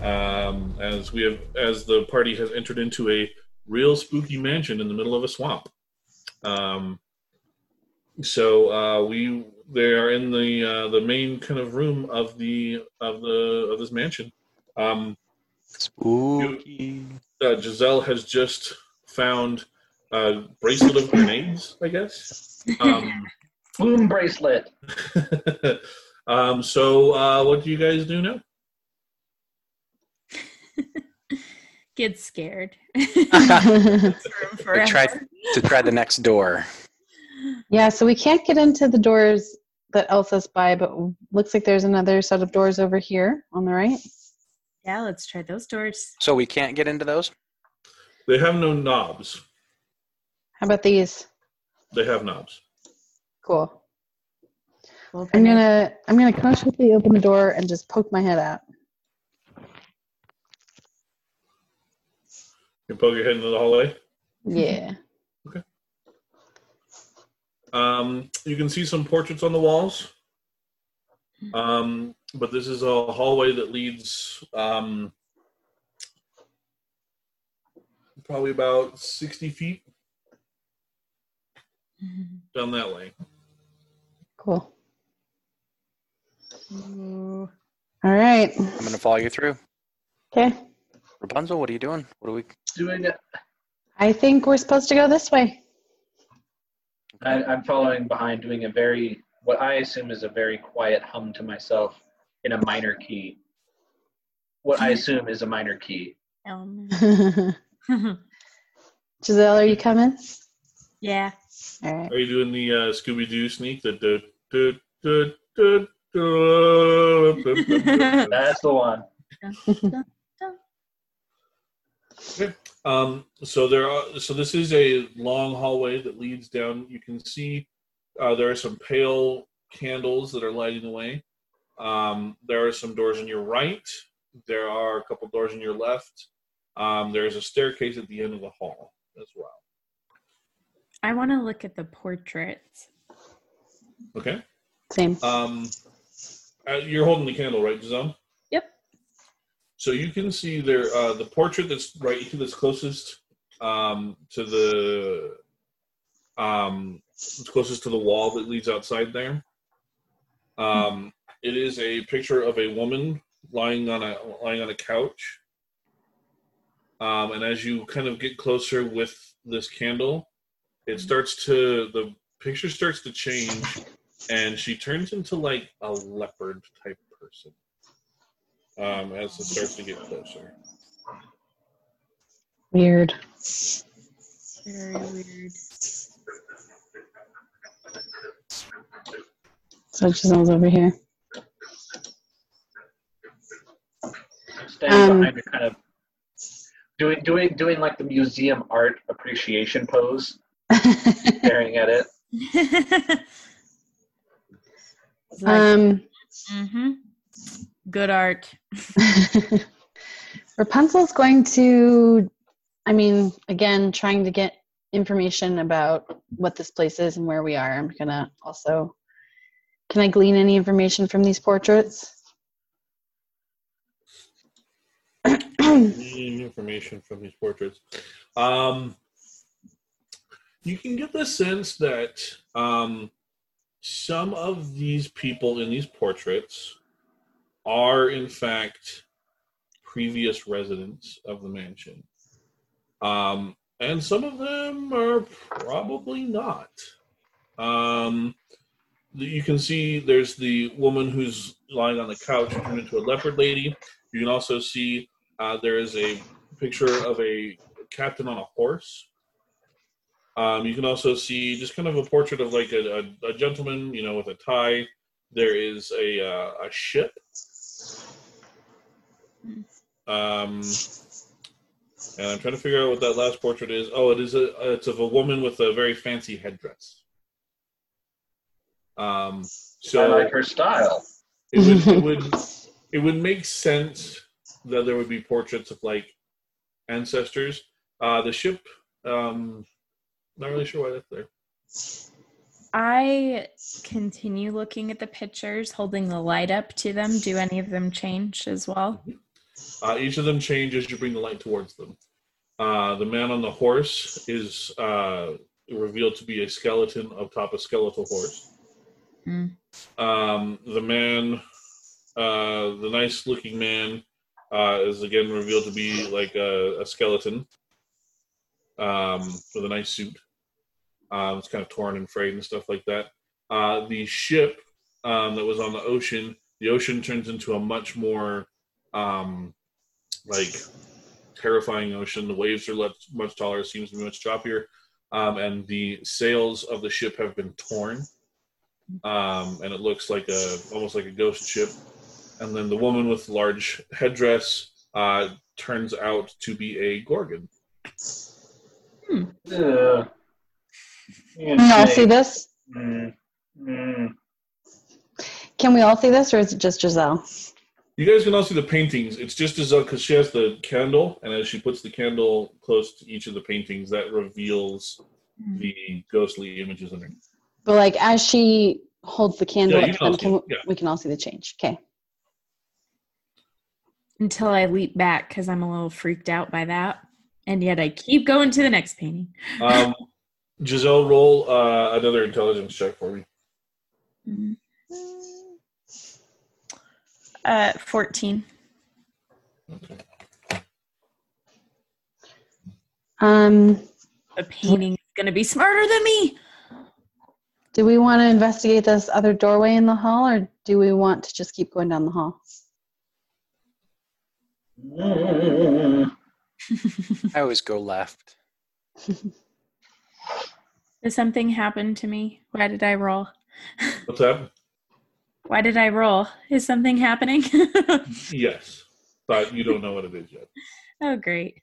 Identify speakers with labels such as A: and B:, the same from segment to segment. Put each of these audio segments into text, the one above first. A: um, as we have as the party has entered into a real spooky mansion in the middle of a swamp. Um, so uh, we they are in the uh, the main kind of room of the of the of this mansion. Um,
B: Spooky.
A: uh, Giselle has just found a bracelet of grenades, I guess. Um,
C: Boom bracelet.
A: um, so uh, what do you guys do now?
D: Get scared. Room
B: I tried-
D: forever.
B: to try the next door.
E: yeah, so we can't get into the doors that Elsa's by, but looks like there's another set of doors over here on the right.
D: Yeah, let's try those doors.
B: So we can't get into those?
A: They have no knobs.
E: How about these?
A: They have knobs.
E: Cool.
D: We'll
E: I'm
D: open it.
E: gonna I'm gonna consciously open the door and just poke my head out.
A: You poke your head into the hallway.
E: Yeah.
A: Um, you can see some portraits on the walls. Um, but this is a hallway that leads um, probably about 60 feet
D: Mhm.
A: down that way.
E: Cool.
D: Ooh.
E: All right.
B: I'm going to follow you through.
E: Okay.
B: Rapunzel, what are you doing? What do we.
C: Doing it.
E: I think we're supposed to go this way.
C: I, I'm following behind, doing a very what I assume is a very quiet hum to myself in a minor key. What I assume is a minor key.
D: Elm.
E: Giselle, are you coming?
D: yeah.
E: All right.
A: Are you doing the uh, Scooby Doo sneak? The do, do, do, do, do, do, do, do.
C: That's the one.
A: Um, so there are. So this is a long hallway that leads down. You can see uh, there are some pale candles that are lighting the way. Um, there are some doors on your right. There are a couple doors on your left. Um, there is a staircase at the end of the hall as well.
D: I want to look at the portraits.
A: Okay.
E: Same.
A: Um, uh, you're holding the candle, right, Giselle?
D: Yep.
A: So you can see there uh, the portrait that's right that's closest um, to the um, that's closest to the wall that leads outside there. Um, it is a picture of a woman lying on a lying on a couch. Um, and as you kind of get closer with this candle, it starts to the picture starts to change, and she turns into like a leopard type person um, as it starts to get closer.
E: Weird.
D: Very weird.
E: So Giselle's over here.
C: Standing
E: Um,
C: behind her kind of doing doing doing like the museum art appreciation pose, staring at it.
D: It's like,
E: um,
D: mhm. Good art.
E: Rapunzel's going to, I mean, again, trying to get information about what this place is and where we are. I'm gonna also, can I glean any information from these portraits?
A: Any information from these portraits. Um, you can get the sense that um, some of these people in these portraits are, in fact, previous residents of the mansion. Um, and some of them are probably not. Um, you can see there's the woman who's lying on the couch turned into a leopard lady. You can also see uh, there is a picture of a captain on a horse. Um, you can also see just kind of a portrait of like a, a, a gentleman, you know, with a tie. There is a uh, a ship. Um, and I'm trying to figure out what that last portrait is. Oh, it is a it's of a woman with a very fancy headdress. Um, so
C: I like her style.
A: it would, it would it would make sense that there would be portraits of like ancestors. Uh, the ship, um, not really sure why that's there.
D: I continue looking at the pictures, holding the light up to them. Do any of them change as well?
A: Uh, each of them change as you bring the light towards them. Uh, the man on the horse is uh, revealed to be a skeleton atop a skeletal horse.
D: Hmm.
A: Um, the man, uh, the nice looking man, uh, is again revealed to be like a, a skeleton um, with a nice suit. Um, it's kind of torn and frayed and stuff like that. Uh, the ship um, that was on the ocean, the ocean turns into a much more um, like terrifying ocean. The waves are left much taller, it seems to be much choppier, um, and the sails of the ship have been torn, um, and it looks like a almost like a ghost ship. And then the woman with the large headdress uh, turns out to be a gorgon.
C: Ugh. You
E: Can we all
C: say,
E: see this?
C: mm, mm.
E: Can we all see this, or is it just Giselle?
A: You guys can all see the paintings. It's just as though because she has the candle, and as she puts the candle close to each of the paintings, that reveals the ghostly images underneath.
E: But like as she holds the candle,
A: Yeah, you
E: up to
A: can all
E: them,
A: see
E: can we,
A: it, yeah.
E: we can all see the change. Okay.
D: Until I leap back because I'm a little freaked out by that. And yet I keep going to the next painting.
A: Um, Giselle, roll uh, another intelligence check for me.
D: Mm-hmm.
F: Uh, 14.
E: Um,
D: A painting is going to be smarter than me.
E: do we want to investigate this other doorway in the hall, or do we want to just keep going down the hall?
C: Mm.
B: I always go left.
D: Did something happen to me? Why did I roll?
A: What's that?
D: Why did I roll? Is something happening?
A: Yes, but you don't know what it is yet.
D: oh, great.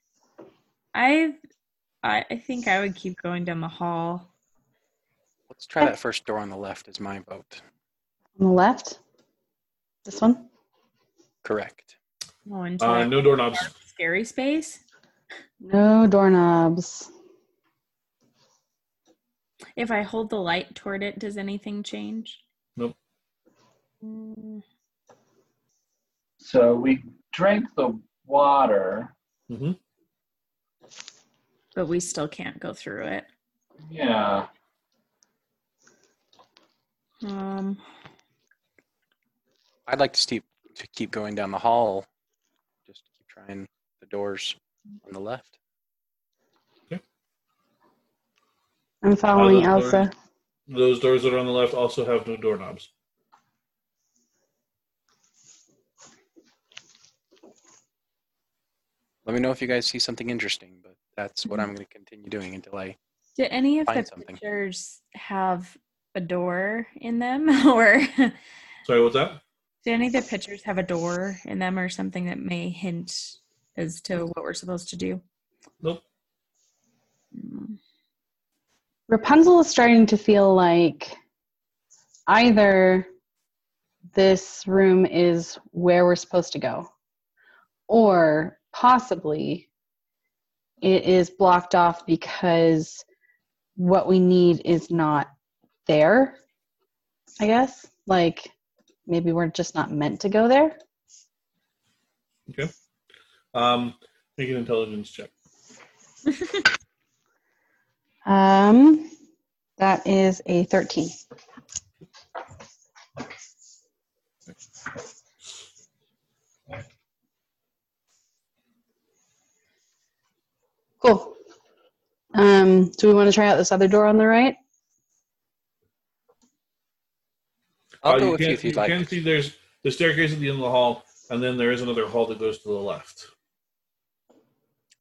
D: I, I I think I would keep going down the hall.
B: Let's try that first door on the left. Is my vote
E: On the left? This one?
B: correct?
D: Oh, into
A: Uh,
D: that
A: no doorknobs.
D: scary space.
E: No doorknobs.
D: If I hold the light toward it, does anything change?
A: Nope.
D: Mm,
C: So we drank the water.
D: But we still can't go through it.
C: Yeah.
D: Um,
B: I'd like to keep to keep going down the hall. Just keep trying the doors on the left.
E: I'm following
A: Other
E: Elsa.
A: Those doors that are on the left also have no doorknobs.
B: Let me know if you guys see something interesting, but that's what I'm going to continue doing until I.
D: do any of the
B: Find something.
D: pictures have a door in them, or do
A: Sorry, what's that?
D: any of the pictures have a door in them, or something that may hint as to what we're supposed to do?
A: Nope.
D: Mm.
E: Rapunzel is starting to feel like either this room is where we're supposed to go, or possibly it is blocked off because what we need is not there, I guess. Like maybe we're just not meant to go there.
A: Um, make an intelligence check.
E: Um, that is a 13. Cool. Um, do we want to try out this other door on the right?
B: I'll
A: Uh,
B: go with Oh, you
A: can-
B: if you'd
A: You can
B: like.
A: see there's the staircase at the end of the hall, and then there is another hall that goes to the left.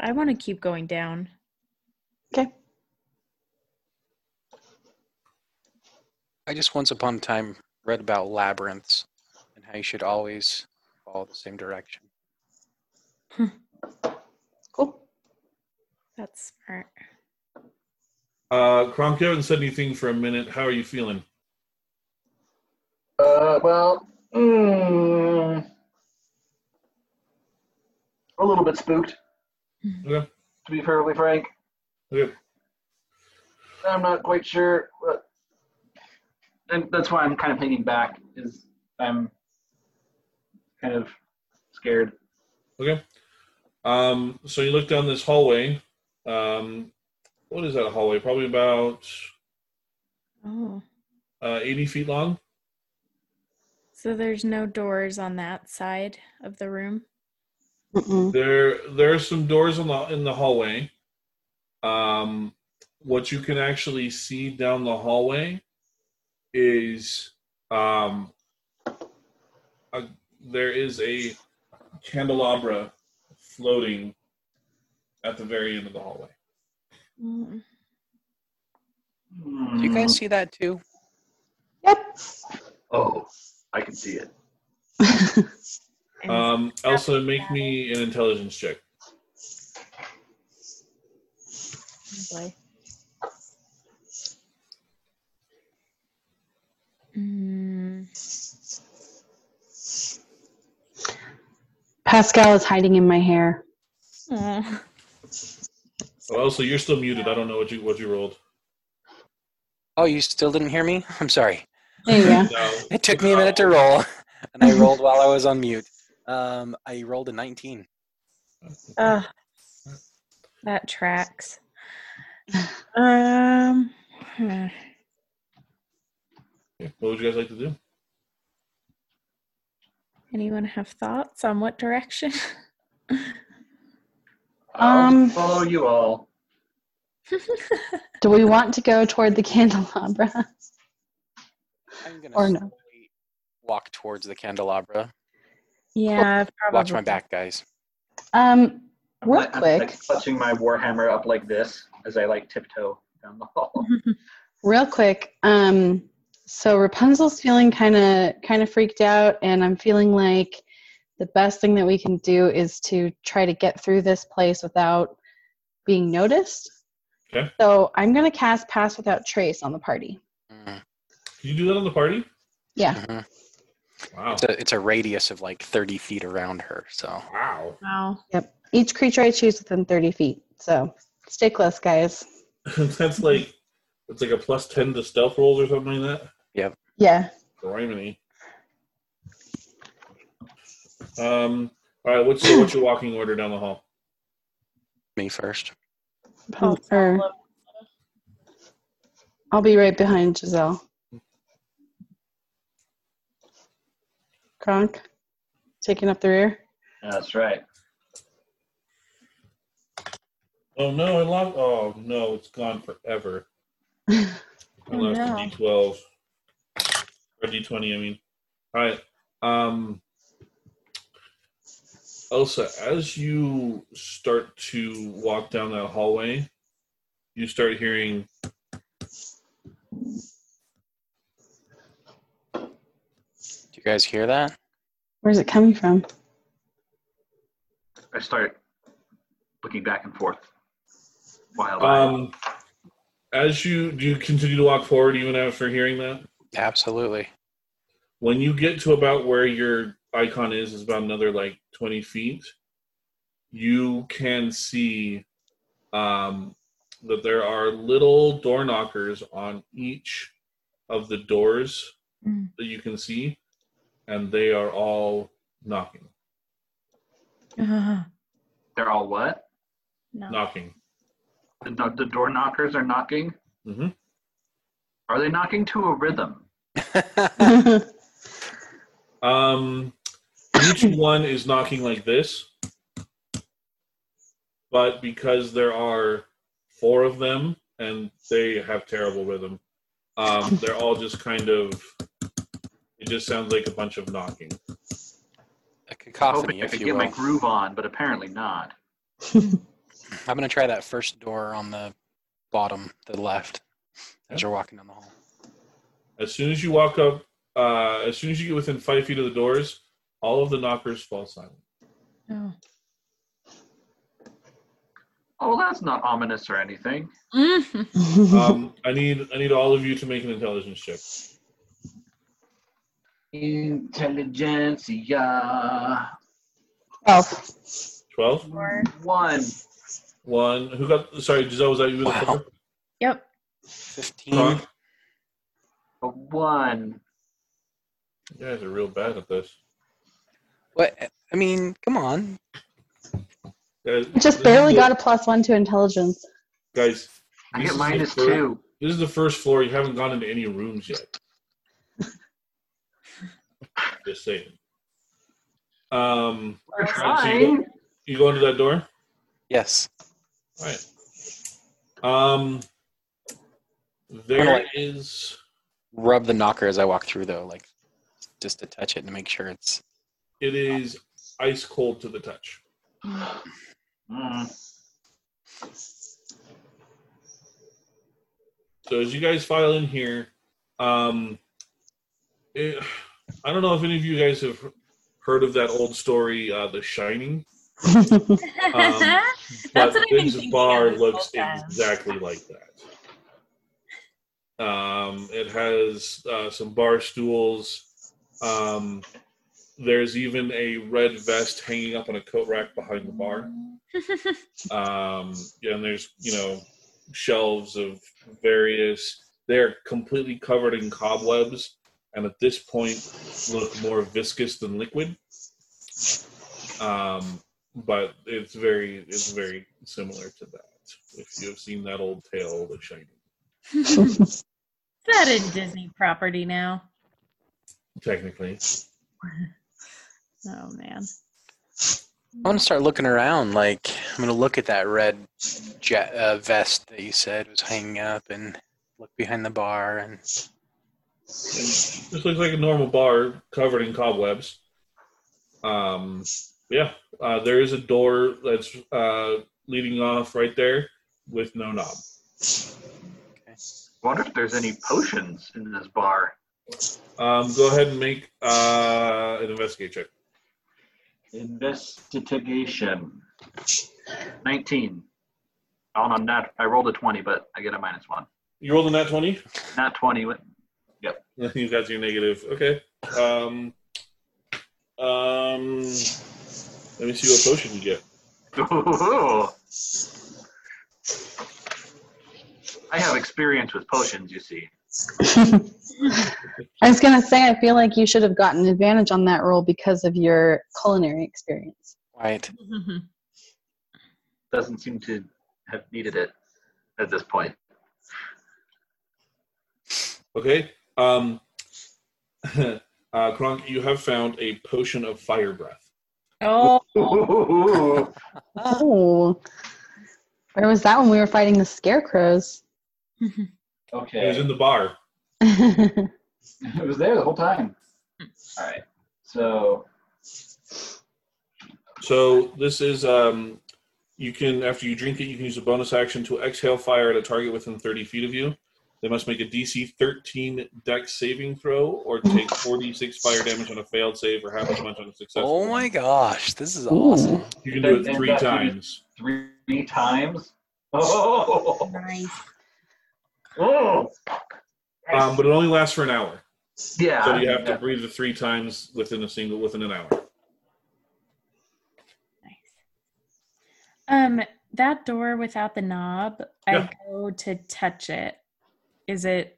D: I want to keep going down.
E: Okay.
B: I just once upon a time read about labyrinths and how you should always follow the same direction.
E: Cool.
D: That's smart.
A: Uh, Kronk, you haven't said anything for a minute. How are you feeling?
C: Uh, well, mm, a little bit spooked,
A: Okay.
C: to be perfectly frank.
A: Okay.
C: I'm not quite sure, but, and that's why I'm kind of hanging back. Is I'm kind of scared.
A: Okay. Um, so you look down this hallway. Um, what is that hallway? Probably about
D: Oh.
A: uh, 80 feet long.
D: So there's no doors on that side of the room.
E: Mm-mm.
A: There, there are some doors in the in the hallway. Um, what you can actually see down the hallway is um, a, there is a candelabra floating at the very end of the hallway.
D: Mm.
C: Hmm.
B: Do you guys see that too?
C: Oh, I can see it.
E: Yep.
D: And
A: Um, Elsa, make me an intelligence check.
D: boy. Mm,
E: Pascal is hiding in my hair.
D: aw.
A: Oh, Elsa, you're still muted. I don't know what you what you rolled.
B: Oh, you still didn't hear me? I'm sorry.
E: There you go.
A: No.
B: It took me a minute to roll, and I rolled while I was on mute. Um, I rolled a 19.
D: Ugh. that tracks. Um, hmm.
A: What would you guys like to do?
D: anyone have thoughts on what direction?
C: I'll
E: Um,
C: follow you all.
E: Do we want to go toward the candelabra?
B: I'm gonna
E: Or no.
B: slowly walk towards the candelabra.
D: yeah, probably.
B: Watch my back, guys.
E: Um,
C: I'm
E: real
C: like- I'm
E: quick,
C: like clutching my warhammer up like this as I like tiptoe down the hall.
E: real quick. Um, so Rapunzel's feeling kind of kind of freaked out, and I'm feeling like the best thing that we can do is to try to get through this place without being noticed.
A: Okay.
E: So I'm gonna cast Pass Without Trace on the party.
B: Mhm.
A: Can you do that on the party?
E: Yeah.
B: Mhm.
A: Wow.
B: It's a it's a radius of like 30 feet around her. So
A: Wow.
D: Wow.
E: Yep. Each creature I choose within 30 feet. So stay close, guys.
A: That's like it's like a plus ten to stealth rolls or something like that.
E: Yeah.
A: Criminy. Um. All right. What's your, what's your walking order down the hall?
B: me first.
D: Oh,
E: Mm, Or-
D: follow.
E: uh, I'll be right behind Giselle. Kronk, taking up the rear.
C: That's right.
A: Oh no! I lost. Oh no! It's gone forever. I
D: Oh,
A: lost
D: no.
A: D twelve or D twenty. I mean, all right. Um, Elsa, as you start to walk down that hallway, you start hearing.
B: Do you guys hear that?
E: Where's it coming from?
C: I start looking back and forth. Wild
A: Um, as you do, you continue to walk forward even after hearing that.
B: Absolutely.
A: When you get to about where your icon is, is about another like twenty feet. You can see um, that there are little door knockers on each of the doors
D: Mm.
A: that you can see, and they are all knocking,
D: Ugh,
C: They're all what?
D: Uh-huh. no.
A: knocking.
C: The, kno- the door knockers are knocking.
A: Mhm.
C: Are they knocking to a rhythm?
A: Um, each one is knocking like this, but because there are four of them and they have terrible rhythm, um, they're all just kind of. It just sounds like a bunch of knocking.
B: a
C: Hoping
B: cacophony,
C: I
B: if
C: could
B: you
C: get
B: will.
C: my groove on, but apparently not.
B: I'm gonna try that first door on the bottom, the left, as you're walking down the hall.
A: As soon as you walk up, uh, as soon as you get within five feet of the doors, all of the knockers fall silent.
D: No.
C: Oh, that's not ominous or anything.
D: Mhm.
A: Um, I need I need all of you to make an intelligence check.
C: Intelligentsia.
E: Twelve.
A: Twelve.
D: Or-
C: One.
A: One. Who got? Sorry, Giselle. Was that you? with the
B: Wow.
A: flipper?
D: Yep.
B: 15.
A: Kronk?
C: A one.
A: You guys are real bad at this.
B: What? I mean, come on.
A: Guys,
E: I
A: this
E: just
A: is
E: barely
A: the-
E: got a plus one to intelligence.
A: Guys,
C: I
A: this is
C: get
A: the
C: minus
A: first-
C: two.
A: This is the first floor. You haven't gone into any rooms yet. Just saying. Um,
C: We're
A: trying. you go into that door.
B: Yes.
A: Right. Um, there
B: Alright.
A: is.
B: Rub the knocker as I walk through, though, like just to touch it and make sure it's.
A: It is ice cold to the touch.
C: Mm.
A: So as you guys file in here, um, it, I don't know if any of you guys have heard of that old story, uh, The Shining. Um.
D: That's what I've been
A: this
D: thinking
A: bar
D: of this
A: looks
D: whole time.
A: exactly like that. Um, it has uh, some bar stools. Um, there's even a red vest hanging up on a coat rack behind the bar. Um, yeah, and there's you know shelves of various. They're completely covered in cobwebs, and at this point, look more viscous than liquid. Um, but it's very it's very similar to that. If you have seen that old tale, The Shining,
D: Is that a Disney property now?
A: technically,
D: Oh man.
B: I want to start looking around. Like I'm going to look at that red jet, uh, vest that you said was hanging up, and look behind the bar. And
A: this looks like a normal bar covered in cobwebs. Um, yeah, uh, there is a door that's uh, leading off right there with no knob.
C: Wonder if there's any potions in this bar.
A: Um, go ahead and make uh, an investigate check.
C: Investigation. 19. Oh, no, not, I rolled a 20, but I get a minus one.
A: You rolled a nat twenty.
C: Not 20. What?
A: you got your negative. Okay. Um, um, let me see what potion you get.
C: Ooh. I have experience with potions, you see.
E: I was gonna say, I feel like you should have gotten advantage on that roll because of your culinary experience.
B: right,
C: Doesn't seem to have needed it at this point.
A: Okay. Um, uh, Kronk, you have found a potion of fire breath.
D: oh,
C: Ooh.
E: Oh, where was that when we were fighting the scarecrows?
A: It was
C: Okay.
A: in the bar.
E: That's
C: It was there the whole time. All right. So,
A: So this is um, you can after you drink it, you can use a bonus action to exhale fire at a target within 30 feet of you. They must make a DC 13 Dex saving throw or take 46 fire damage on a failed save or half as much on a successful.
B: Oh
A: one.
B: my gosh, this is
E: Ooh.
B: awesome.
A: You can do it three
C: And that-
A: times.
C: three times. Oh,
D: nice.
C: oh.
A: Um, but it only lasts for an hour,
C: yeah.
A: so you have to breathe it three times within a single within an hour.
D: Nice. Um, that door without the knob,
A: Yeah.
D: I go to touch it. Is it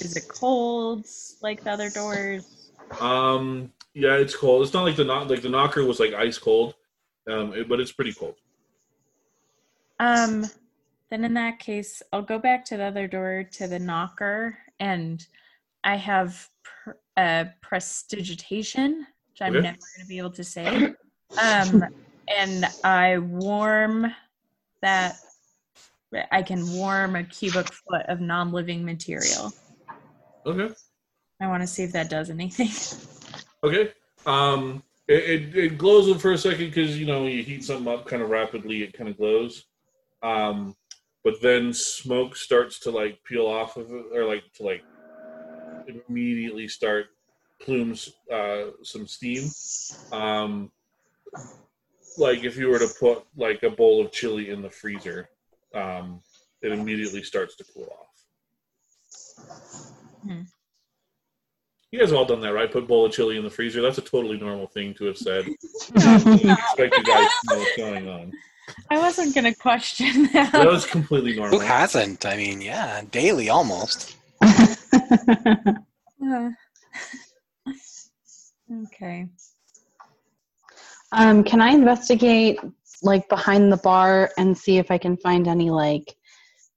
D: is it cold like the other doors?
A: Um, yeah, it's cold. It's not like the knock, like the knocker was like ice cold, um, it- but it's pretty cold.
D: Um, then in that case, I'll go back to the other door to the knocker, and I have pr- uh, prestidigitation, which I'm
A: Okay.
D: never going to be able to say. Um, and I warm that. I can warm a cubic foot of non-living material.
A: Okay,
D: I want to see if that does anything.
A: okay. Um, it, it, it glows for a second because you know you heat something up kind of rapidly, it kind of glows. Um, but then smoke starts to like peel off of it, or like to like immediately start plumes uh, some steam. Um, like if you were to put like a bowl of chili in the freezer, um, it immediately starts to cool off.
D: Hmm.
A: You guys have all done that, right? Put bowl of chili in the freezer. That's a totally normal thing to have said. I didn't expect you guys to know what's going on.
D: I wasn't gonna question that.
A: That was completely normal.
B: Who hasn't? I mean, yeah, daily almost.
D: Uh. okay.
E: um, can I investigate like behind the bar and see if I can find any like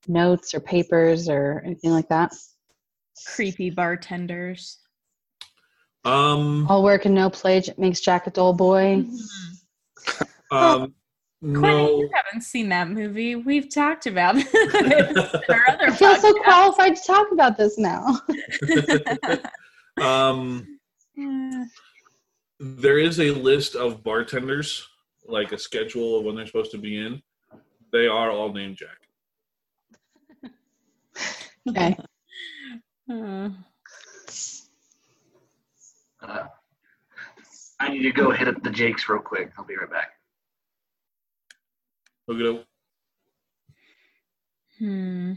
E: notes or papers or anything like that?
D: Creepy bartenders.
A: Um,
D: Oh.
E: All work and no play j- makes Jack a dull boy.
D: Mm-hmm.
A: um,
D: Quentin,
A: no.
D: you haven't seen that movie. We've talked about it. in our other
E: I feel so
D: podcast.
E: qualified to talk about this now.
A: Um,
D: Mm,
A: there is a list of bartenders, like a schedule of when they're supposed to be in. They are all named Jack.
E: Okay.
D: mm.
C: Uh, I need to go hit up the Jakes real quick. I'll be right back.
A: Look it up.
D: Hmm.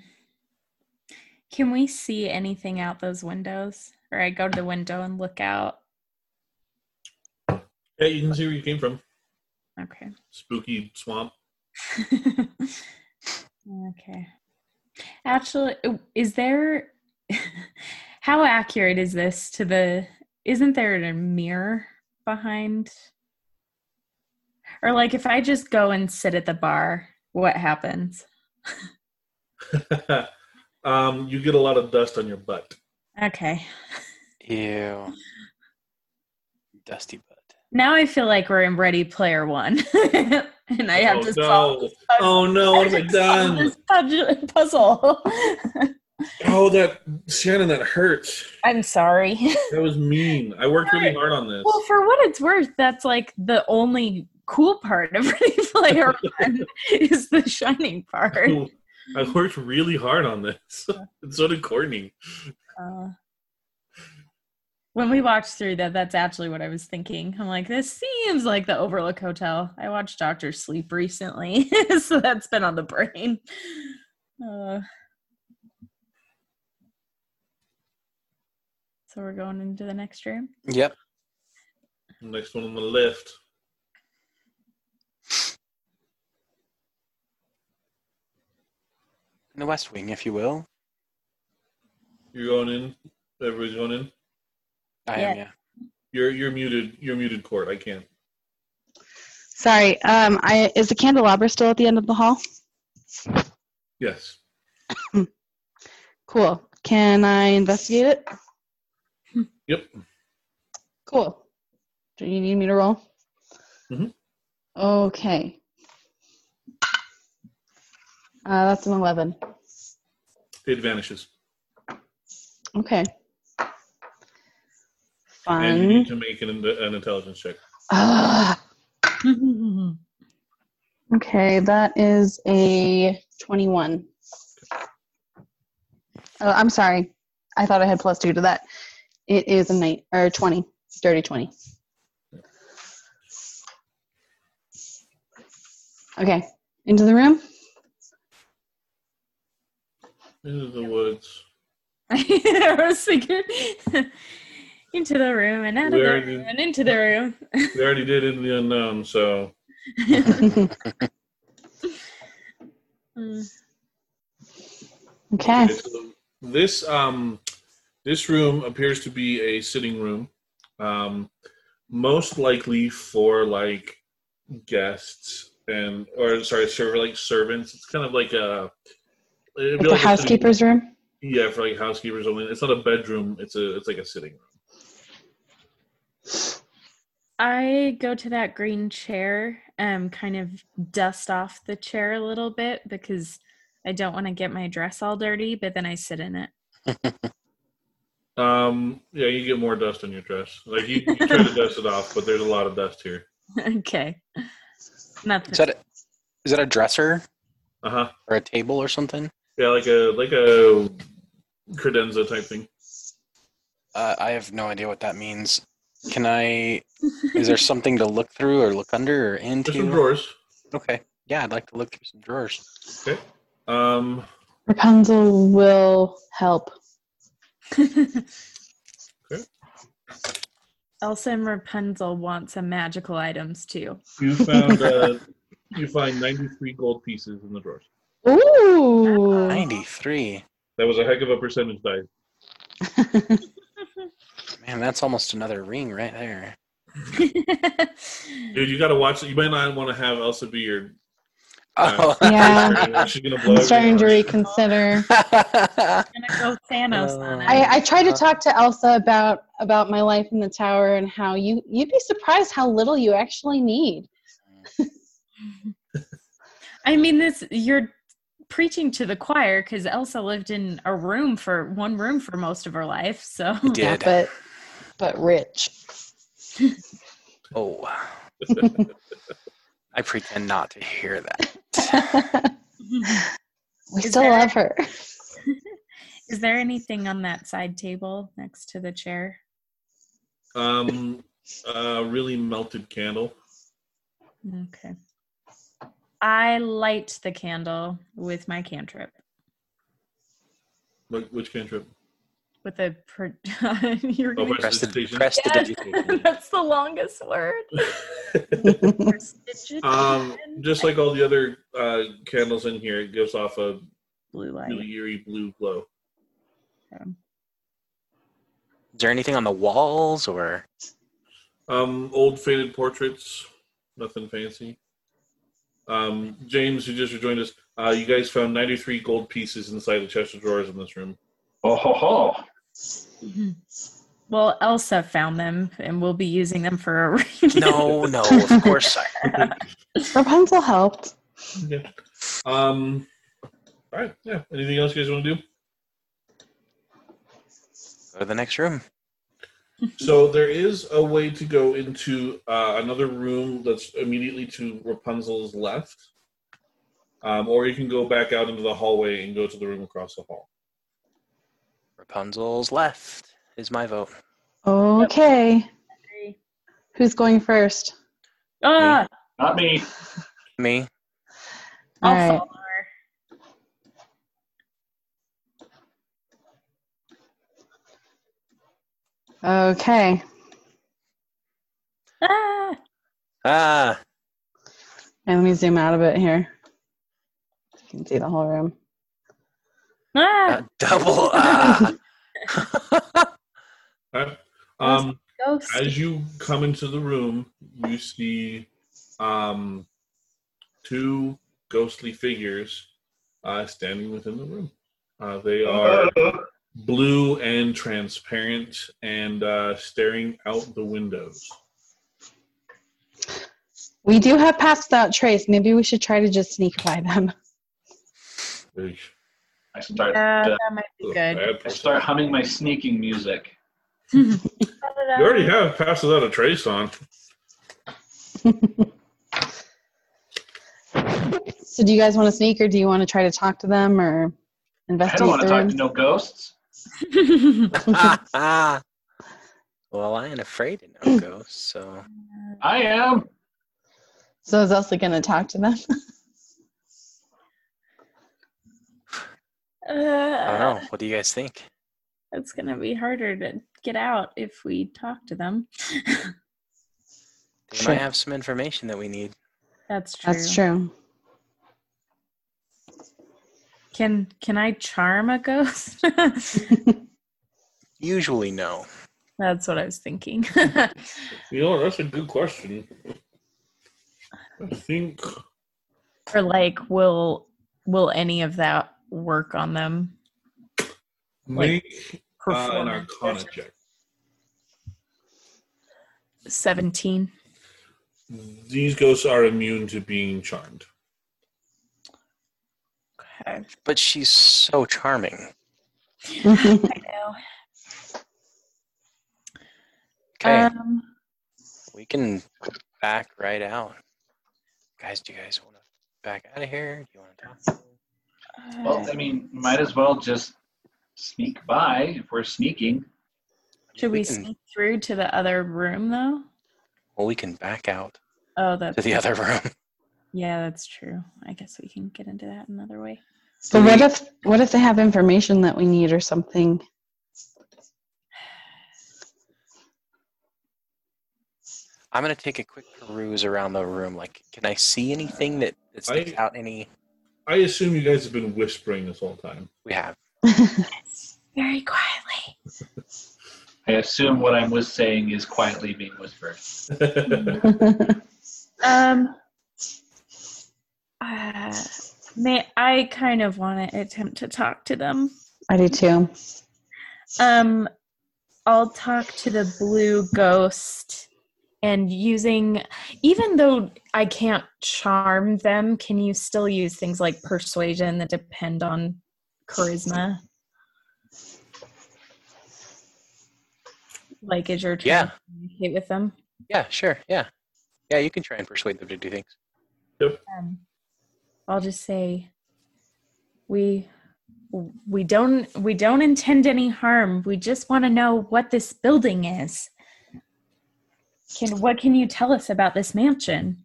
D: Can we see anything out those windows? Or I go to the window and look out.
A: Yeah, you can see where you came from.
D: Okay.
A: Spooky swamp.
D: okay. Actually, is there. how accurate is this to the. Isn't there a mirror behind? Or, like, if I just go and sit at the bar, what happens?
A: um, you get a lot of dust on your butt.
D: Okay.
B: Ew. Dusty butt.
D: Now I feel like we're in Ready Player One, and I have
A: Oh,
D: to
A: no.
D: solve this puzzle.
A: Oh no,
D: I
A: what
D: have
A: have I
D: to
A: done?
D: solve this pudge- puzzle.
A: Oh, that Shannon, that hurts.
D: I'm sorry.
A: That was mean. I worked really hard on this.
D: Well, for what it's worth, that's like the only cool part of Ready Player One is the shining part.
A: I worked really hard on this. and so did Courtney.
D: Uh, when we walked through that, that's actually what I was thinking. I'm like, this seems like the Overlook Hotel. I watched Doctor Sleep recently, so that's been on the brain. Uh, so we're going into the next room.
B: Yep.
A: Next one on the left.
B: In the West Wing, if you will.
A: You're going in. Everybody's going in.
B: I am,
D: Yeah.
B: yeah.
A: You're you're muted. You're muted, Court. I can't.
E: Sorry. Um, I is the candelabra still at the end of the hall?
A: Yes.
E: Cool. Can I investigate it?
A: Yep.
E: Cool. Do you need me to roll?
A: Mhm.
E: Okay. Uh, that's an 11.
A: It vanishes.
E: Okay.
A: And you need
E: Fun.
A: to make an, an intelligence check.
E: Ah,
D: All
E: okay, that is a 21. Oh, I'm sorry. I thought I had plus two to that. It is a night or 20, dirty 20. Okay, into the room.
A: Into the woods.
D: I was thinking into the room and out of
A: Where
D: the
A: did-
D: room and into the room.
A: We already did in the unknown, so
D: Mm.
E: okay.
A: So this um this room appears to be a sitting room um most likely for like guests and or sorry server like servants it's kind of like a it'd
E: Like
A: be like
E: the
A: a sitting-
E: housekeeper's room.
A: yeah for like housekeepers only it's not a bedroom it's a it's like a sitting room
D: I go to that green chair, um, kind of dust off the chair a little bit because I don't want to get my dress all dirty, but then I sit in it.
A: um yeah you get more dust on your dress like you, you try to dust it off but there's a lot of dust here
D: okay. Nothing.
B: Is that, a, is that a dresser
A: uh-huh
B: or a table or something?
A: yeah like a like a credenza type thing
B: Uh, I have no idea what that means. Can I? Is there something to look through or look under or
A: there's some
B: into?
A: drawers
B: Okay. Yeah, I'd like to look through some drawers.
A: um
E: Rapunzel will help.
D: Elsa and Rapunzel want some magical items too.
A: You found uh, you find ninety three gold pieces in the drawers.
E: Ooh.
B: Ninety-three.
A: That was a heck of a percentage die.
B: Man, that's almost another ring right there.
A: Dude, you got to watch it. You might not want to have Elsa be your.
B: Oh.
E: Yeah.
A: She's gonna blow
E: I'm starting to
A: everything
E: reconsider.
D: gonna go Thanos on it.
E: I, I try
D: Uh-huh.
E: to talk to Elsa about about my life in the tower and how you you'd be surprised how little you actually need.
D: I mean, this you're preaching to the choir because Elsa lived in a room for one room for most of her life. So
B: I did.
E: but but rich.
B: Oh,
A: out.
B: I pretend not to hear that.
E: we
D: Is
E: still
D: there-
E: love her.
D: is there anything on that side table next to the chair?
A: um, uh, really melted candle.
D: Okay. I light the candle with my cantrip.
A: Like, which cantrip?
D: With a per- you're
A: Oh,
D: gonna
B: Press the,
A: Prestidigitation.
B: press the
D: Yes,
B: digitation.
D: that's the longest word.
A: um,
D: Prestidigitation.
A: just like all the other uh, candles in here, it gives off a
D: blue light.
A: really eerie blue glow.
B: Is there anything on the walls or?
A: Um, old faded portraits, nothing fancy. Um, James, who just rejoined us, uh, you guys found 93 gold pieces inside the chest of drawers in this room.
C: Oh ho ho!
D: Mhm. Well, Elsa found them, and we'll be using them for a reading.
B: No, no, of course I.
E: Rapunzel helped.
A: Yeah. Um, all right. Yeah. Anything else you guys want to do?
B: Go to the next room.
A: So there is a way to go into uh, another room that's immediately to Rapunzel's left, um, or you can go back out into the hallway and go to the room across the hall.
B: Rapunzel's left is my vote.
E: Okay. Who's going first?
D: Ah,
C: Not me.
B: Me.
D: I'll
E: All right.
D: follow her.
E: Okay.
D: Ah,
B: Ah,
E: And let me zoom out a bit here. You can see the whole room.
D: ah,
B: a double ah.
A: All right. Um,
D: ghost.
A: As you come into the room, you see um, two ghostly figures uh, standing within the room. Uh, they
C: Oh,
A: are blue and transparent and uh, staring out the windows.
E: We do have passed without trace. Maybe we should try to just sneak by them.
A: Like,
C: I start.
D: Yeah,
C: uh,
D: that might be
A: ugh,
D: good.
A: bad
C: I
A: person.
C: start humming my sneaking music.
A: You already have Pass Without a Trace on.
E: So, do you guys want to sneak, or do you want to try to talk to them,
C: I
E: or
C: don't
E: investigate
C: want
E: the
C: to talk to
E: room?
C: no ghosts.
B: ah, ah. Well, I ain't afraid of no ghosts, so
C: I am.
E: So, is Elsa going to talk to them?
B: I don't
D: Uh,
B: know. What do you guys think?
D: it's gonna be harder to get out if we talk to them.
B: They
E: Sure.
B: might have some information that we need.
D: That's true.
E: That's true.
D: Can can I charm a ghost?
B: Usually, no.
D: That's what I was thinking.
A: You know, that's a good question. I think
D: or like, will will any of that work on them?
A: make uh, an
D: Performance?
A: Arcana check.
D: Seventeen.
A: These ghosts are immune to being charmed.
D: Okay.
B: But she's so charming.
D: I know.
B: Okay,
D: Um,
B: we can back right out. Guys, do you guys want to back out of here? Do you want to talk?
D: uh,
C: Well, I mean, might as well just sneak by if we're sneaking.
D: should we
B: can,
D: sneak through to the other room though?
B: well, we can back out
D: Oh, that's
B: to the other room.
D: Yeah, that's true. I guess we can get into that another way.
E: But what
B: We-
E: if what if they have information that we need or something?
B: I'm gonna take a quick peruse around the room. Like, can I see anything that, that sticks
A: I-
B: out? Any
A: I assume you guys have been whispering this whole time.
B: we have.
D: Very quietly.
C: I assume what I was saying is quietly being whispered.
D: Um, uh, may I kind of want to attempt to talk to them?
E: I do too.
D: Um, I'll talk to the blue ghost and using, even though I can't charm them, can you still use things like persuasion that depend on charisma? Like, is your trying
B: Yeah.
D: to communicate with them?
B: Yeah, sure. Yeah. Yeah, you can try and persuade them to do things.
D: Um, I'll just say we we don't we don't intend any harm. We just want to know what this building is. Can what can you tell us about this mansion?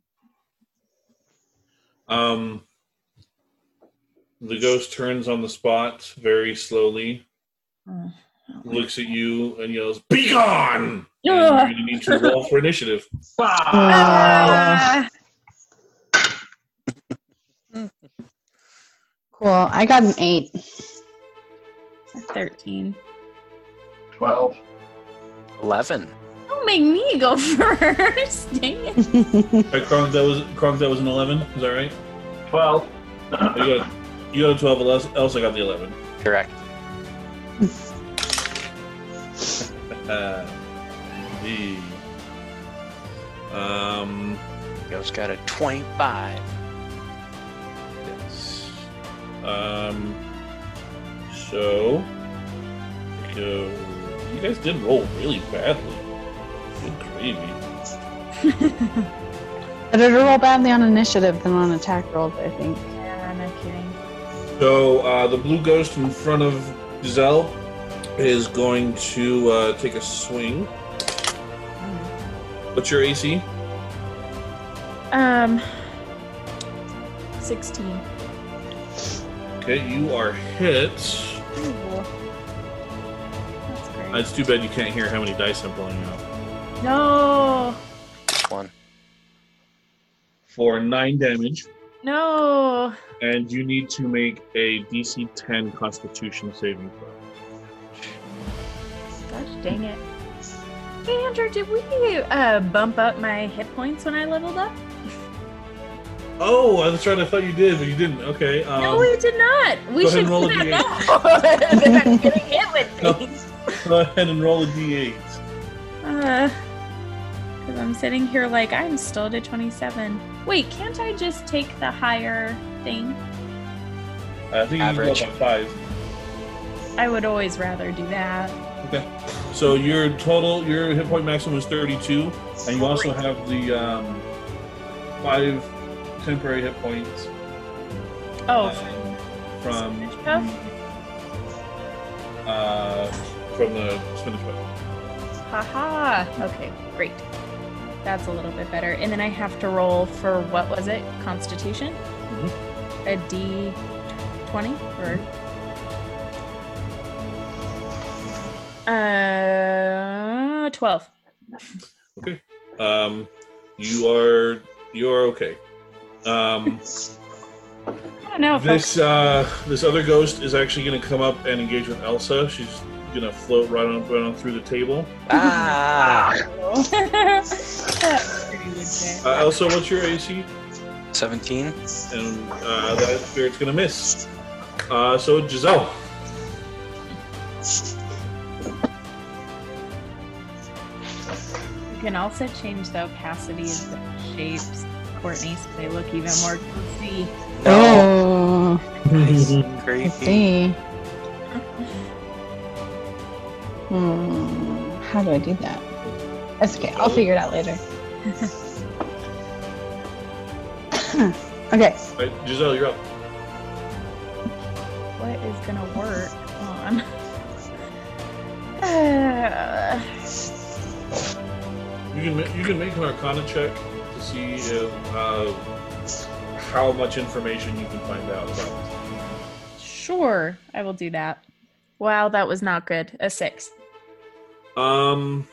A: Um, the ghost turns on the spot very slowly,
D: Uh,
A: looks at you, and yells, "Be gone!"
D: Ugh.
A: And you need to roll for initiative.
D: Ah!
E: Cool. I got an eight.
D: Thirteen.
C: Twelve.
B: 11.
D: Don't make me go first. Dang it.
A: Right, Kronk, that was Kronk, that was an eleven. Is that right?
C: Twelve.
A: You got you got a twelve. Else, else I got the eleven.
B: Correct.
A: Uh, the um
B: Ghost got a 25.
A: yes. um so you, you guys did roll really badly. Good gravy.
E: Better to roll badly on initiative than on attack rolls, I think.
D: Yeah, no kidding.
A: So uh, the blue ghost in front of Giselle is going to uh, take a swing. What's your AC?
D: Um, sixteen.
A: Okay, you are hit.
D: That's
A: Uh,
D: great.
A: It's too bad you can't hear how many dice I'm blowing out.
D: No,
B: One.
A: For nine damage,
D: no.
A: and you need to make a DC 10 Constitution saving throw.
D: Gosh dang it. Hey, Andrew, did we uh, bump up my hit points when I leveled up?
A: Oh, I was trying to thought you did, but you didn't. Okay. Um,
D: no, we did not. We
A: go ahead
D: should
A: and roll
D: do
A: a
D: that now. They're not getting hit with
A: No.
D: things.
A: Go ahead and roll a D8.
D: Uh, Because I'm sitting here like I'm still at a 27. Wait, can't I just take the higher thing?
A: I think you need
B: Average.
A: to go up by five.
D: I would always rather do that.
A: So your total, your hit point maximum is 32, and you also have the um, five temporary hit points
D: Oh,
A: um, from
D: Spinach puff?
A: the, uh, from the spinach puff.
D: haha. Okay, great. That's a little bit better. And then I have to roll for what was it? Constitution? A D20 or. Uh, 12.
A: Um, you are you are okay. Um,
D: I don't know if I'll-
A: this uh, this other ghost is actually going to come up and engage with Elsa. She's going to float right on right on through the table.
B: Ah!
D: That's pretty legit.
A: Uh, Elsa, what's your AC?
B: 17.
A: and uh, that spirit's gonna miss. Uh, so Giselle,
D: You can also change the opacity of the shapes, Courtney, so they look even more cozy.
E: Oh,
B: Creepy.
E: see. Hmm, how do I do that? That's okay. I'll figure it out later. okay.
A: Right, Giselle, you're up.
D: What is gonna work on? Uh,
A: You can ma- you can make an Arcana check to see if, uh, how much information you can find out about.
D: sure, I will do that. Wow, that was not good. A six.
A: This. Um,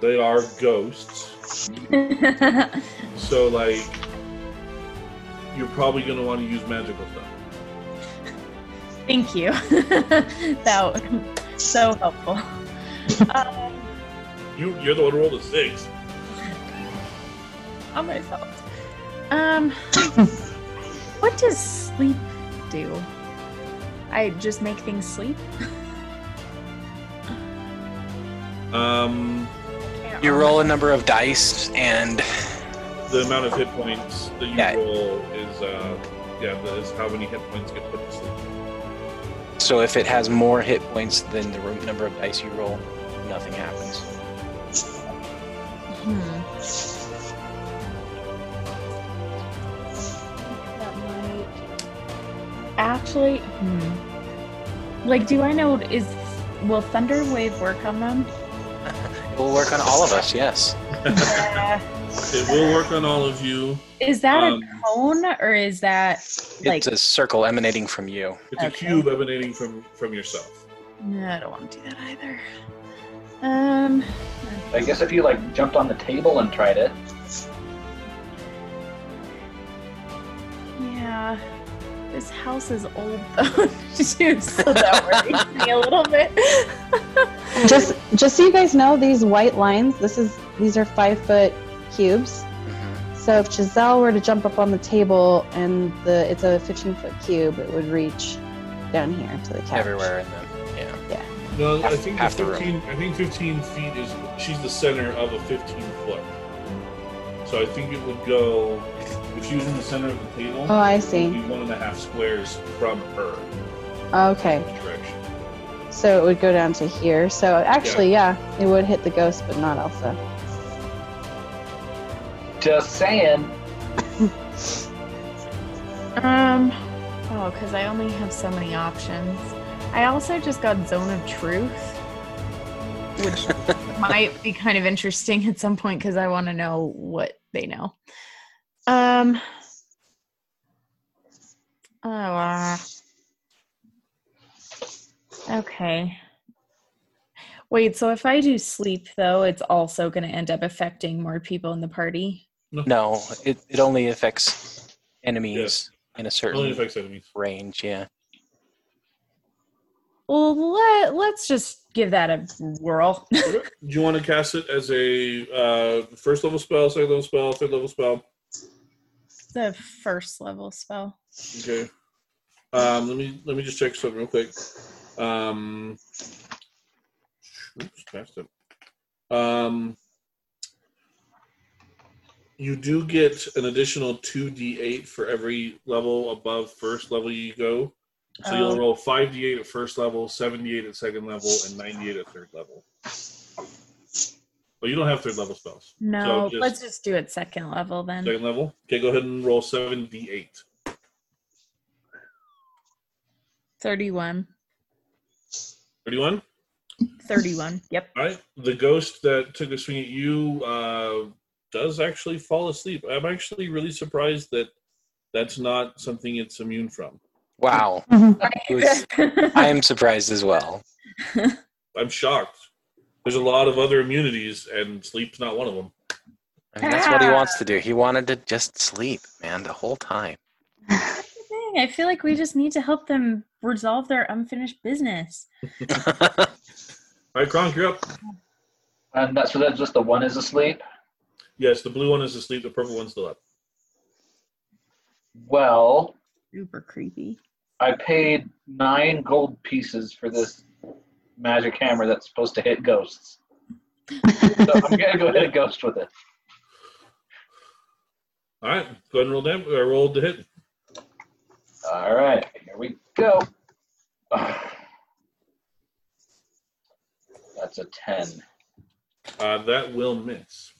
A: they are ghosts, so like you're probably gonna want to use magical stuff.
D: Thank you. that was so helpful.
A: You, you're the one who rolled a six.
D: on myself. Um, what does sleep do? I just make things sleep.
A: Um,
B: You roll a number of dice, and
A: the amount of hit points that you
B: Yeah.
A: roll is, uh, yeah, that is how many hit points get put to sleep.
B: so if it has more hit points than the room number of dice you roll, nothing happens.
D: Hmm. That might actually. Hmm. Like, do I know is will thunder wave work on them?
B: It will work on all of us, yes.
A: It will work on all of you.
D: is that
A: Um,
D: a cone or is that like?
B: it's a circle emanating from you.
A: It's a
D: Okay.
A: cube emanating from from yourself.
D: No, I don't want to do that either. Um,
C: I guess if you like jumped on the table and tried it,
D: yeah. This house is old though, too, so that worries me a little bit.
E: just just so you guys know, these white lines, this is these are five foot cubes.
B: Mhm.
E: So if Giselle were to jump up on the table and the it's a 15 foot cube, it would reach down here to the couch.
B: Everywhere in them. Yeah.
A: No, I
B: Half-
A: think
B: half
A: the
B: the room.
A: 15, I think 15 feet is she's the center of a 15 foot. So I think it would go if she was in the center of the table.
E: Oh, I
A: It
E: see.
A: would be one and a half squares from her
E: Okay,
A: direction.
E: so it would go down to here. So actually, yeah, it would hit the ghost, but not Elsa.
C: just saying.
D: Um, oh, because I only have so many options. I also just got Zone of Truth, which might be kind of interesting at some point because I want to know what they know. Um, oh, uh, okay. Wait, so if I do sleep though, it's also going to end up affecting more people in the party.
B: No, it, it only affects enemies in a
A: Only
B: certain
A: affects enemies.
B: range, yeah.
D: Well, let, let's just give that a whirl.
A: Okay. Do you want to cast it as a uh, first level spell, second level spell, third level spell?
D: the first level spell.
A: Okay. Um, let me let me just check something real quick. Um, oops, passed it. Um, you do get an additional two d8 for every level above first level you go. So you'll
D: Oh.
A: roll five d8 at first level, seven d8 at second level, and ninety eight at third level. But you don't have third level spells.
D: No,
A: So just-
D: let's just do it second level then.
A: Second level. Okay, go ahead and roll seven d8.
D: 31.
A: Thirty-one.
D: 31. Yep.
A: All right. The ghost that took a swing at you uh, does actually fall asleep. I'm actually really surprised that that's not something it's immune from.
B: Wow. It was- I am surprised as well.
A: I'm shocked. There's a lot of other immunities, and sleep's not one of them.
B: I mean, that's what he
D: Ah.
B: wants to do. He wanted to just sleep, man, the whole time.
D: Dang, I feel like we just need to help them resolve their unfinished business.
A: All right, Kronk, you're up.
C: And that's so that's just the one is asleep.
A: Yes, the blue one is asleep. The purple one's still up.
C: Well,
D: Super creepy.
C: I paid nine gold pieces for this magic hammer that's supposed to hit ghosts. So I'm gonna go hit a ghost with it.
A: All right, go ahead and roll down. Uh, roll to hit.
C: All right, here we go. That's a ten.
A: Uh, that will miss.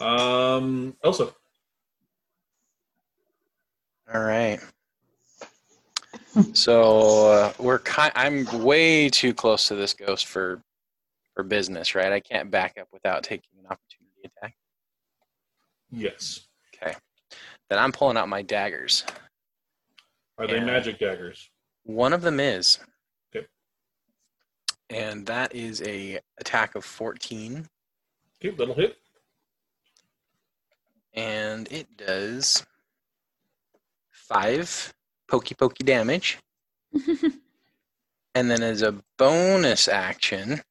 A: Um, Elsa.
B: All right. So uh, we're kind. I'm way too close to this ghost for for business, right? I can't back up without taking an opportunity attack.
A: Yes.
B: Then I'm pulling out my daggers.
A: Are they
B: Yeah.
A: magic daggers?
B: One of them is,
A: Okay.
B: and that is a attack of 14,
A: Okay, that'll hit.
B: and it does five pokey pokey damage. And then as a bonus action,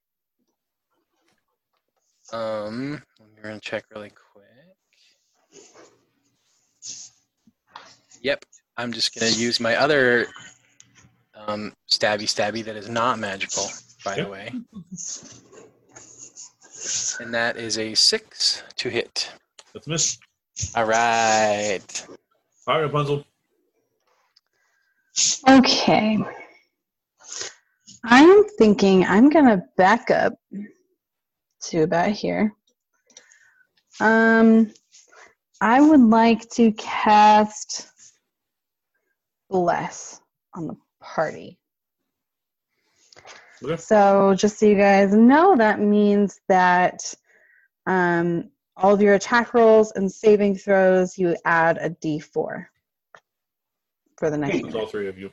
B: um, we're gonna check really quick. Yep, I'm just gonna use my other um, stabby stabby that is not magical, by the
A: Yep.
B: way. And that is a six to hit.
A: That's a miss.
B: All right.
A: All right, Rapunzel.
E: Okay. I'm thinking I'm going to back up to about here. Um, I would like to cast Bless on the party.
A: Okay.
E: So, just so you guys know, that means that um, all of your attack rolls and saving throws, you add a d4 for the next
A: It's
E: one.
A: all three of you.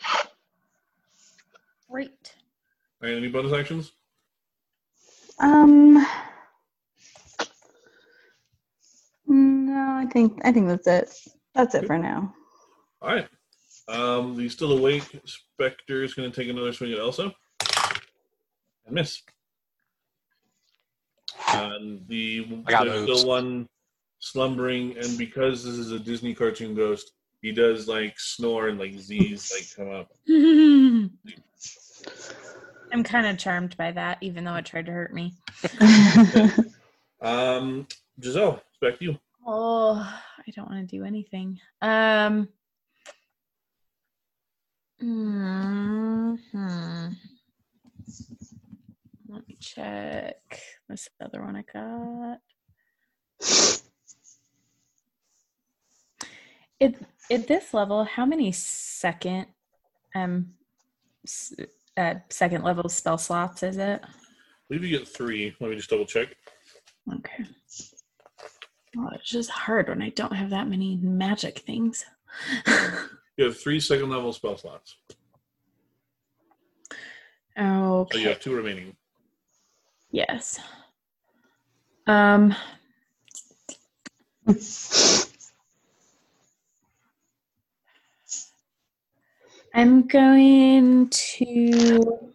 D: Great.
A: All right, any bonus actions?
E: Um. No, I think I think that's it. That's it for now.
A: All right. Um, the still awake specter is going to take another swing at Elsa. And miss. And the
B: I got
A: there's
B: moves.
A: still one slumbering, and because this is a Disney cartoon ghost, he does like snore and like Z's like come up.
D: I'm kind of charmed by that, even though it tried to hurt me.
A: Um, Giselle, it's back to you.
D: Oh, I don't want to do anything. Um. hmm Let me check this other one I got. At at this level, how many second um s- uh, second level spell slots is it?
A: I believe you get three. Let me just double check.
D: Okay. Well, it's just hard when I don't have that many magic things.
A: You have three second level spell slots. So Oh, you
D: okay.
A: have two remaining.
D: Yes. Um. I'm going to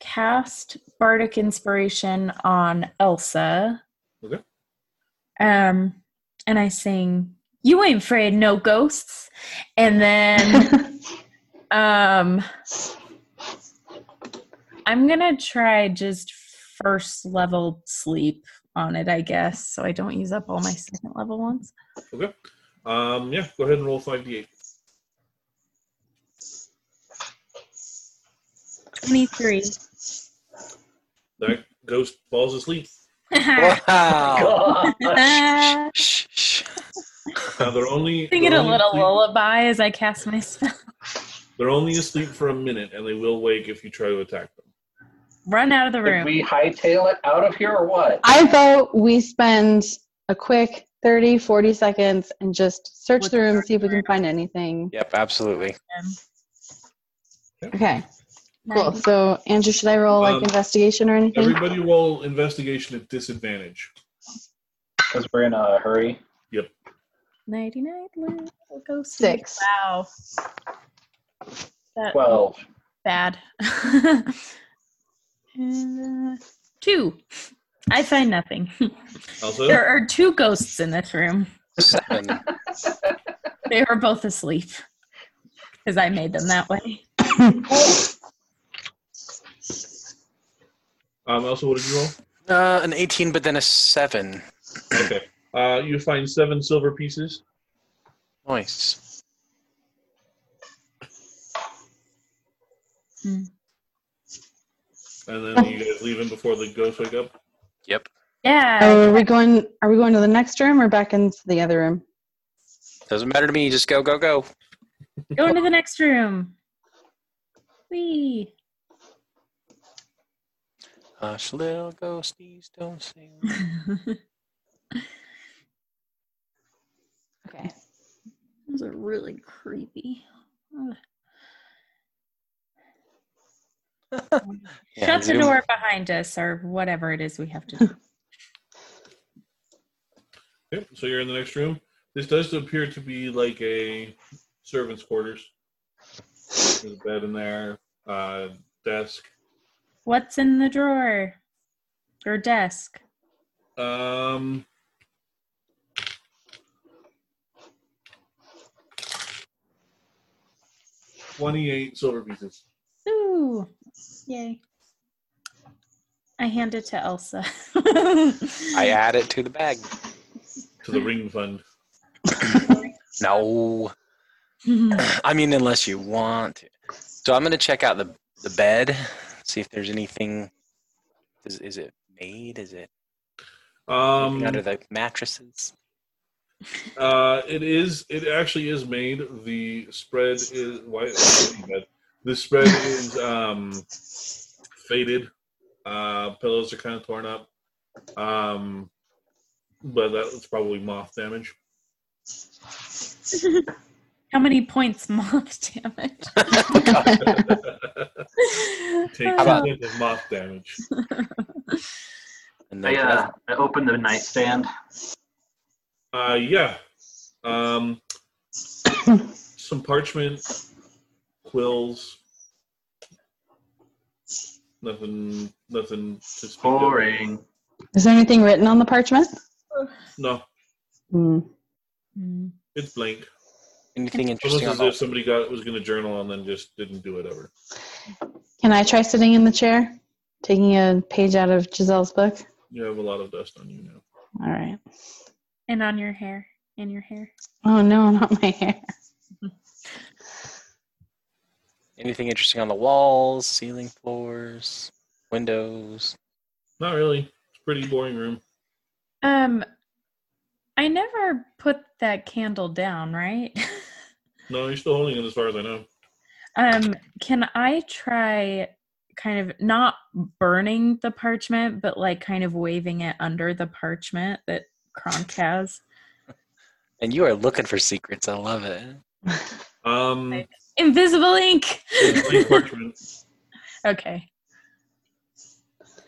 D: cast Bardic Inspiration on Elsa.
A: Okay.
D: Um, and I sing, "You ain't afraid no ghosts," and then. Um, I'm gonna try just first level sleep on it, I guess, so I don't use up all my second level ones.
A: Okay. Um, yeah, go ahead and roll 5d8.
D: 23.
A: That ghost falls asleep.
B: Wow.
C: Gosh.
B: Shh, shh.
A: Now they're only
D: Sing Uh, it
A: they're
D: a
A: only
D: little
A: asleep-
D: lullaby as I cast my spell.
A: They're only asleep for a minute, and they will wake if you try to attack them.
D: Run out of the
C: Did
D: room.
C: we hightail it out of here or what?
E: I vote we spend a quick 30, 40 seconds and just search the room, see if we can find anything.
B: Yep, absolutely.
E: Okay, cool.
D: Nice.
E: So, Andrew, should I roll like
A: Um,
E: investigation or anything?
A: Everybody roll investigation at disadvantage.
C: Because we're in a hurry.
D: Nighty night, little ghost.
E: Six.
D: Wow. That
C: Twelve.
D: bad. And, uh, two. I find nothing.
A: Also,
D: there are two ghosts in this room.
B: Seven.
D: They were both asleep because I made them that way.
A: um, also, what did you roll?
B: Uh, an 18, but then a seven.
A: Okay. Uh, you find seven silver pieces.
B: Nice.
A: And then you guys leave him before the ghosts wake up.
B: Yep.
D: Yeah.
E: Oh, are we going? Are we going to the next room or back into the other room?
B: Doesn't matter to me. Just go, go, go.
D: Go into the next room. Wee.
B: Hush, little ghosties, don't sing.
D: that
E: Okay.
D: was a really creepy. Ugh.
B: Yeah,
D: Shut the
B: zoom.
D: door behind us or whatever it is we have to do.
A: Yep. So you're in the next room. This does appear to be like a servants' quarters. There's a bed in there, uh, desk.
D: What's in the drawer or desk?
A: Um, twenty-eight silver pieces.
D: Ooh, yay! I hand it to Elsa.
B: I add it to the bag.
A: to the ring fund.
B: No. I mean, unless you want to. So I'm going to check out the, the bed, see if there's anything. Is, is it made? Is it
A: Um,
B: anything under the mattresses?
A: uh, it is. It actually is made. The spread is why the spread is um, faded. Uh, pillows are kind of torn up, um, but that's probably moth damage.
D: How many points moth damage?
A: Take
D: Uh,
B: How
A: two
B: about-
A: points of moth damage.
B: And
C: I,
B: the
C: uh, I open the nightstand.
A: Uh, yeah. Um, some parchment, quills. Nothing. Nothing. To speak of.
C: Boring.
E: Is there anything written on the parchment?
A: No,
E: Hmm.
D: Hmm.
A: it's blank.
B: anything
A: Almost
B: interesting
A: as
B: about
A: if somebody got was going to journal and then just didn't do it ever.
E: Can I try sitting in the chair, taking a page out of Giselle's book?
A: You have a lot of dust on you now.
E: All right.
D: and on your hair, in your hair.
E: Oh no, not my hair.
B: anything interesting on the walls, ceiling, floors, windows?
A: Not really. It's a pretty boring room.
D: Um, I never put that candle down, right?
A: No, you're still holding it as far as I know.
D: Um, can I try kind of not burning the parchment, but like kind of waving it under the parchment that Kronk has?
B: And you are looking for secrets. I love it.
A: Um,
D: Right. Invisible ink.
A: it's blank parchment,
D: okay,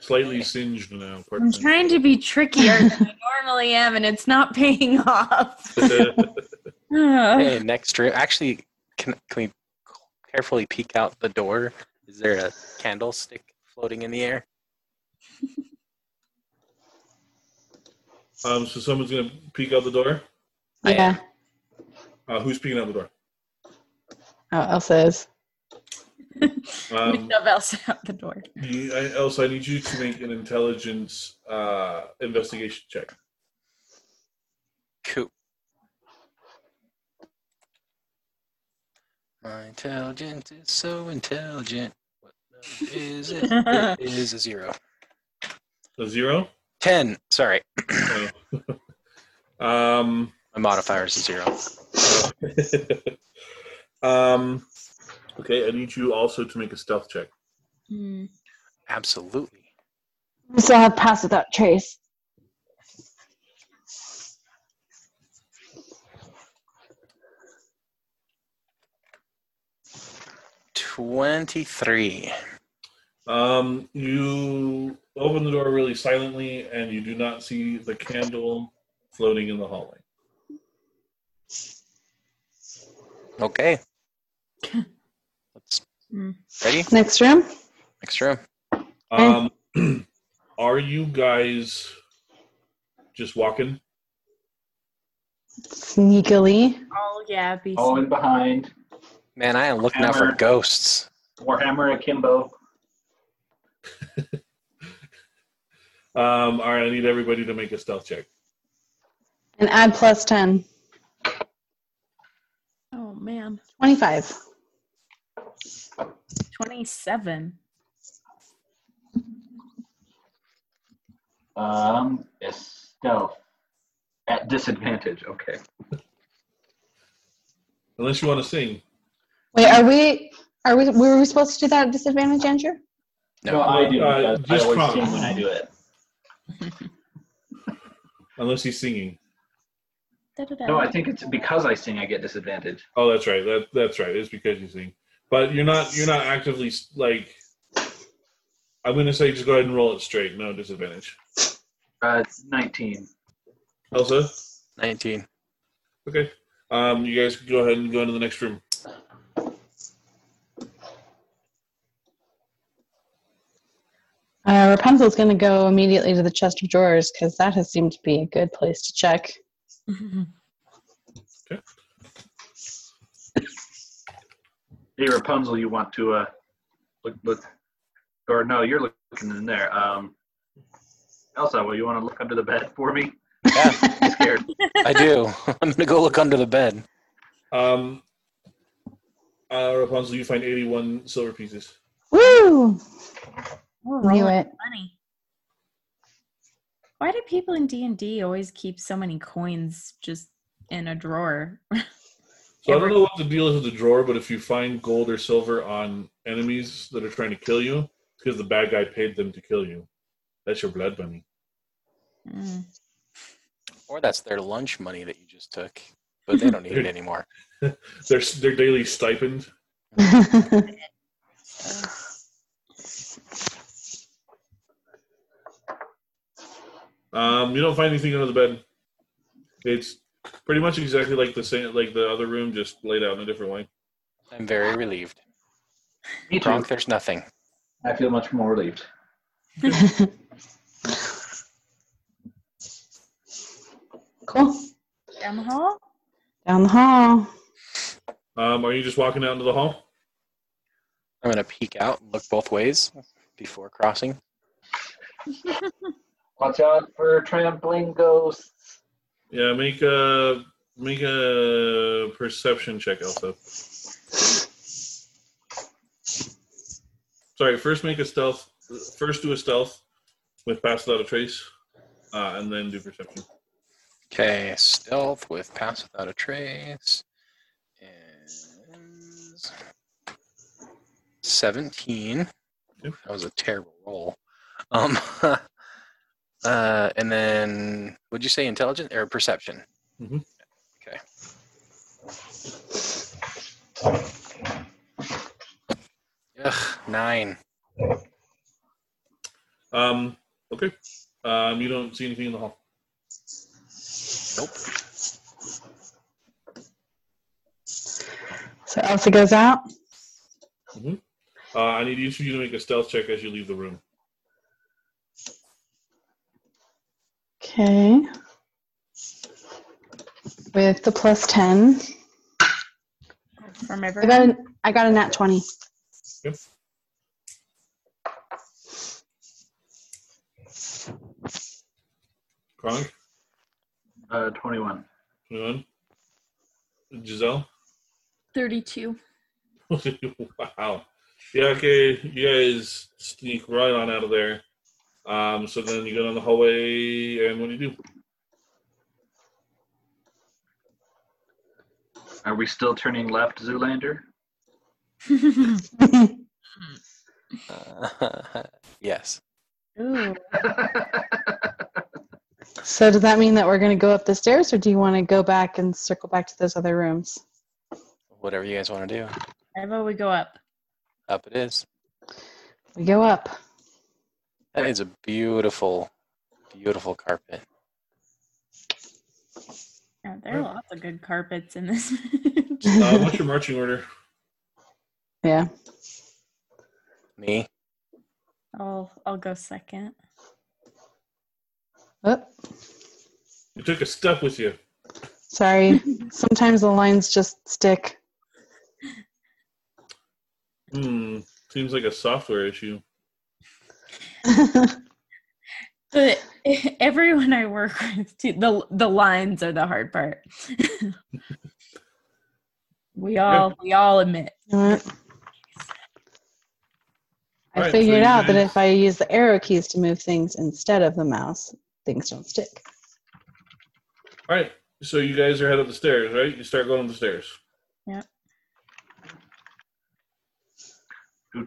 A: slightly singed now.
D: I'm
A: Parchment.
D: trying to be trickier than I normally am, and it's not paying off.
A: uh,
D: Oh,
B: Hey, next room. Actually, can can we carefully peek out the door? Is there a candlestick floating in the air?
A: um, so someone's going to peek out the door.
B: I
E: yeah.
A: Uh, who's peeking out the door?
E: Oh, Elsa is.
D: we
A: Um,
D: shove Elsa out the door.
A: you, I, Elsa, I need you to make an intelligence uh, investigation check.
B: Cool. My intelligence is so intelligent. What number is it? it is a zero.
A: A zero.
B: Ten. Sorry,
A: No. um,
B: my modifier is a zero.
A: um, okay, I need you also to make a stealth check.
D: Hmm.
B: Absolutely.
E: We still have pass without trace.
B: Twenty-three.
A: Um, you open the door really silently, and you do not see the candle floating in the hallway.
B: Okay. Let's
D: Hmm.
B: ready.
E: Next room.
B: Next room.
A: Um, are you guys just walking?
E: Sneakily.
D: Oh yeah, be
C: Always behind.
B: Man, I am looking out for
C: Hammer.
B: ghosts.
C: Warhammer akimbo.
A: Um, all right, I need everybody to make a stealth check.
E: And add plus 10.
D: Oh man,
E: 25.
D: twenty-seven.
C: Um, it's stealth. At disadvantage. Okay.
A: Unless you want to sing.
E: Wait, are we are we were we supposed to do that at disadvantage, Andrew?
B: No.
C: No, I do.
A: Uh,
C: because I
A: just
C: always
A: promise.
C: sing when I do it.
A: Unless he's singing.
D: Da-da-da.
C: No, I think it's because I sing I get disadvantage.
A: Oh, that's right. That that's right. It's because you sing, but you're not you're not actively like. I'm gonna say just go ahead and roll it straight. No disadvantage.
C: Uh, 19.
A: Elsa,
B: 19.
A: okay. Um, you guys can go ahead and go into the next room.
E: Uh, Rapunzel's going to go immediately to the chest of drawers because that has seemed to be a good place to check.
C: Hey Rapunzel, you want to uh, look look, or no, you're looking in there. Um, Elsa, will you want to look under the bed for me?
B: Yeah,
C: I'm scared.
B: I do. I'm gonna go look under the bed.
A: Um, uh, Rapunzel, you find 81 silver pieces.
E: Woo!
D: We're
E: Knew
D: rolling
E: it.
D: money. Why do people in D and D always keep so many coins just in a drawer?
A: So I don't know what the deal is with the drawer, but if you find gold or silver on enemies that are trying to kill you, it's because the bad guy paid them to kill you. That's your blood money.
D: Mm.
B: Or that's their lunch money that you just took, but they don't need it anymore.
A: Their their daily stipend. Um, you don't find anything under the bed. It's pretty much exactly like the same, like the other room, just laid out in a different way.
B: I'm very relieved.
C: Me too.
B: Gronk, there's nothing.
C: I feel much more relieved.
E: cool.
D: Down the hall?
E: Down the hall.
A: Um, are you just walking out into the hall?
B: I'm gonna peek out, and look both ways before crossing.
C: Watch out for trampling ghosts.
A: Yeah, make a make a perception check, Elsa. Sorry, first make a stealth. First do a stealth with pass without a trace, uh, and then do perception.
B: Okay, stealth with pass without a trace is seventeen.
A: Yep.
B: That was a terrible roll. Um, uh, and then would you say intelligence or perception?
A: Mhm.
B: Okay. Ugh, nine.
A: Um, okay. Um, you don't see anything in the hall.
B: Nope.
E: So Elsa goes out.
A: Uh, I need each of you to make a stealth check as you leave the room.
E: Okay. With the plus 10.
D: From every
E: I got, an, I got a nat 20.
A: Kronk,
C: Uh, 21.
A: anyone? Giselle.
D: 32.
A: wow. Yeah, okay. You guys sneak right on out of there. Um, so then you go down the hallway, and what do you do?
C: Are we still turning left, Zoolander?
B: yes.
D: Ooh.
E: so does that mean that we're going to go up the stairs or do you want to go back and circle back to those other rooms?
B: Whatever you guys want to do.
D: How about we go up?
B: Up it is.
E: We go up.
B: That is a beautiful, beautiful carpet.
D: Yeah, Oh, there are lots of good carpets in this.
A: Uh, what's your marching order?
E: Yeah.
B: Me?
D: I'll I'll go second.
E: Oop,
A: You took a step with you.
E: sorry. Sometimes the lines just stick.
A: Hmm. Seems like a software issue.
D: But everyone I work with, too, the the lines are the hard part. we all we all admit.
E: You know what? I
A: Alright, so
E: figured
A: you
E: out that
A: guys-
E: if I use the arrow keys to move things instead of the mouse, things don't stick.
A: All right. So you guys are head up the stairs, right? You start going up the stairs.
C: Do,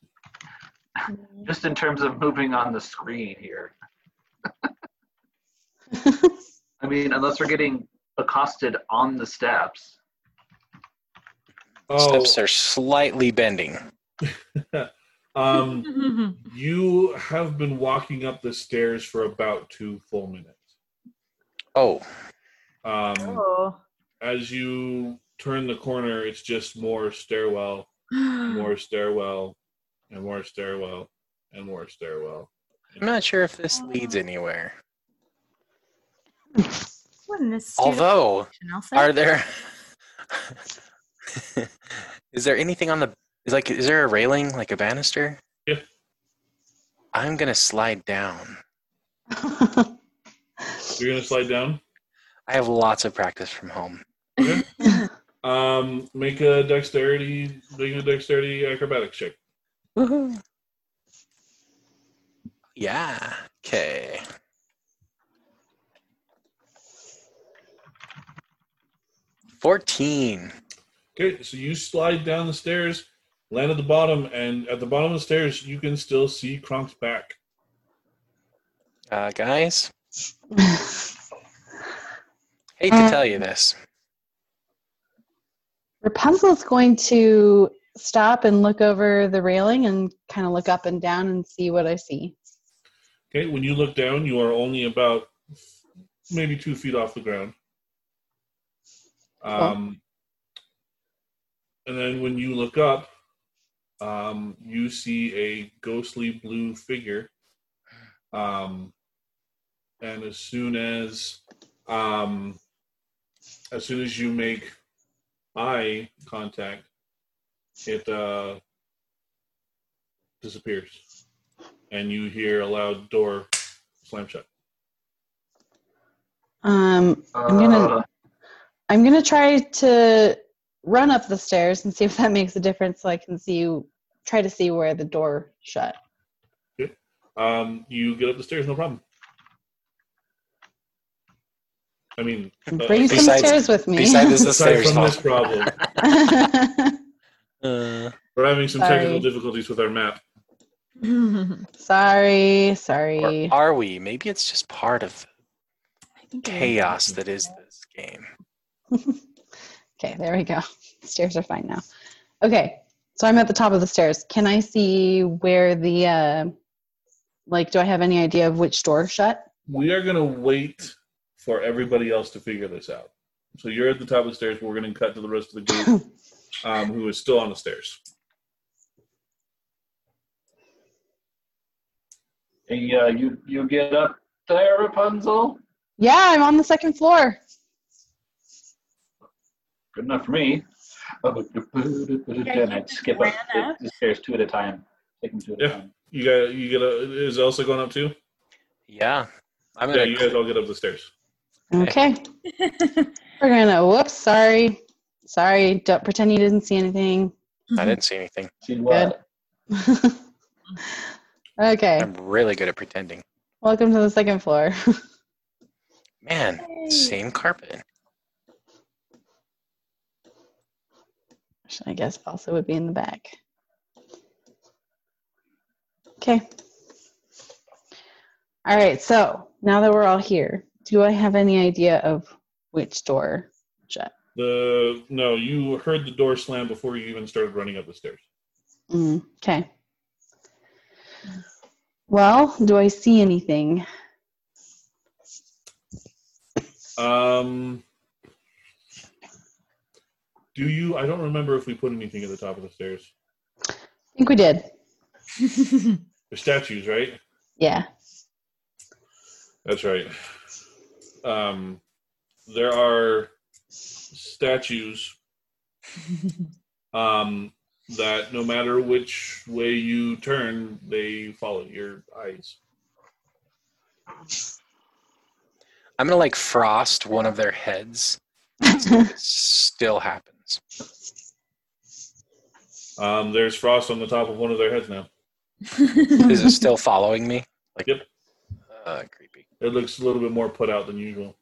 C: Just in terms of moving on the screen here. I mean, unless we're getting accosted on the steps.
A: Oh.
B: Steps are slightly bending.
A: um, you have been walking up the stairs for about two full minutes.
B: Oh,
A: Um,
D: oh.
A: as you turn the corner, it's just more stairwell, more stairwell, and more stairwell, and more stairwell.
B: I'm not sure if this leads anywhere.
D: What an astute
B: Although,
D: observation, Elsa.
B: are there? is there anything on the? Is like, is there a railing, like a banister?
A: Yeah.
B: I'm gonna slide down.
A: You're gonna slide down.
B: I have lots of practice from home.
A: Um, make a dexterity, make a dexterity acrobatics check.
B: Woohoo! Yeah. Okay. Fourteen.
A: Okay, so you slide down the stairs, land at the bottom, and at the bottom of the stairs, you can still see Kronk's back.
B: Uh, guys, hate to tell you this.
E: Rapunzel's going to stop and look over the railing and kind of look up and down and see what I see.
A: Okay, when you look down, you are only about maybe two feet off the ground. Um, and then when you look up, um, you see a ghostly blue figure. Um, and as soon as, um, as soon as you make eye contact, it uh, disappears, and you hear a loud door slam shut.
E: Um, I'm gonna
C: Uh,
E: I'm gonna try to run up the stairs and see if that makes a difference so I can see try to see where the door shut.
A: Um, you get up the stairs, no problem. I mean,
E: And
A: Uh,
E: bring some
B: besides-
E: stairs with me.
B: Besides, is the
A: aside
B: stairs
A: from this
B: fault?
A: problem,
B: Uh,
A: we're having some technical
E: Sorry.
A: difficulties with our map.
E: sorry,
B: or
E: sorry.
B: are we? Maybe it's just part of
D: I think it is.
B: chaos that is this game.
E: okay, there we go. Stairs are fine now. Okay, so I'm at the top of the stairs. Can I see where the uh, like? Do I have any idea of which door shut?
A: We are going to wait for everybody else to figure this out. So you're at the top of the stairs. We're going to cut to the rest of the group um, who is still on the stairs.
C: yeah, you you get up there, Rapunzel.
E: Yeah, I'm on the second floor.
C: Good enough for me. And I'd skip up
D: ran up.
C: the stairs two at a time. Take them two at
A: Yeah.
C: a time.
A: You got you get a, is Elsa going up too?
B: Yeah, I'm
A: Yeah,
B: gonna.
A: you guys all get up the stairs.
E: Okay, we're gonna. Whoops, sorry, sorry. Don't pretend you didn't see anything.
B: I didn't see anything.
C: See what?
E: Good. okay,
B: I'm really good at pretending.
E: welcome to the second floor.
B: Man, same carpet.
E: Which I guess also would be in the back. Okay. All right, so now that we're all here, do I have any idea of which door shut?
A: The no, you heard the door slam before you even started running up the stairs.
E: Mm, okay. Well, do I see anything?
A: Um, do you? I don't remember if we put anything at the top of the stairs.
E: I think we did.
A: They're statues, right?
E: Yeah.
A: That's right. Um, there are statues um, that no matter which way you turn, they follow your eyes.
B: I'm gonna like frost one of their heads. It still happens.
A: Um, there's frost on the top of one of their heads now.
B: Is it still following me? Like,
A: Yep.
B: Uh, creepy.
A: It looks a little bit more put out than usual.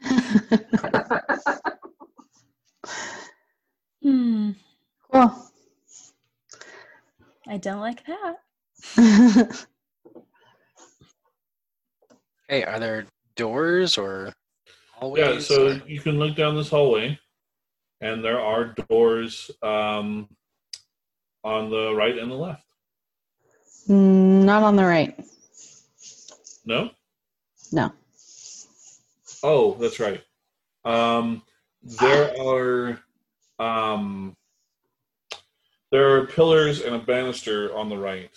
D: Hmm.
E: Cool.
D: I don't like that.
B: Hey, are there doors or hallways?
A: Yeah, so
B: or-
A: you can look down this hallway, and there are doors um, on the right and the left.
E: Not on the right.
A: No?
E: No.
A: Oh, that's right. Um, there are um, there are pillars and a banister on the right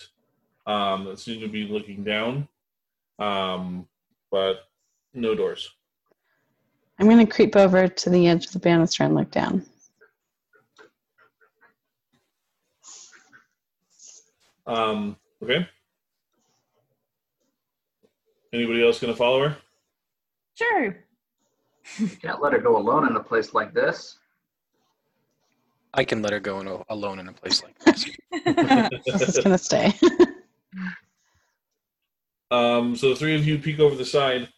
A: um, that seem to be looking down, um, but no doors.
E: I'm going to creep over to the edge of the banister and look down.
A: Um, okay. Anybody else gonna follow her?
D: Sure.
C: You can't let her go alone in a place like this.
B: I can let her go in a- alone in a place like this.
E: This is going to stay.
A: Um, so the three of you peek over the side,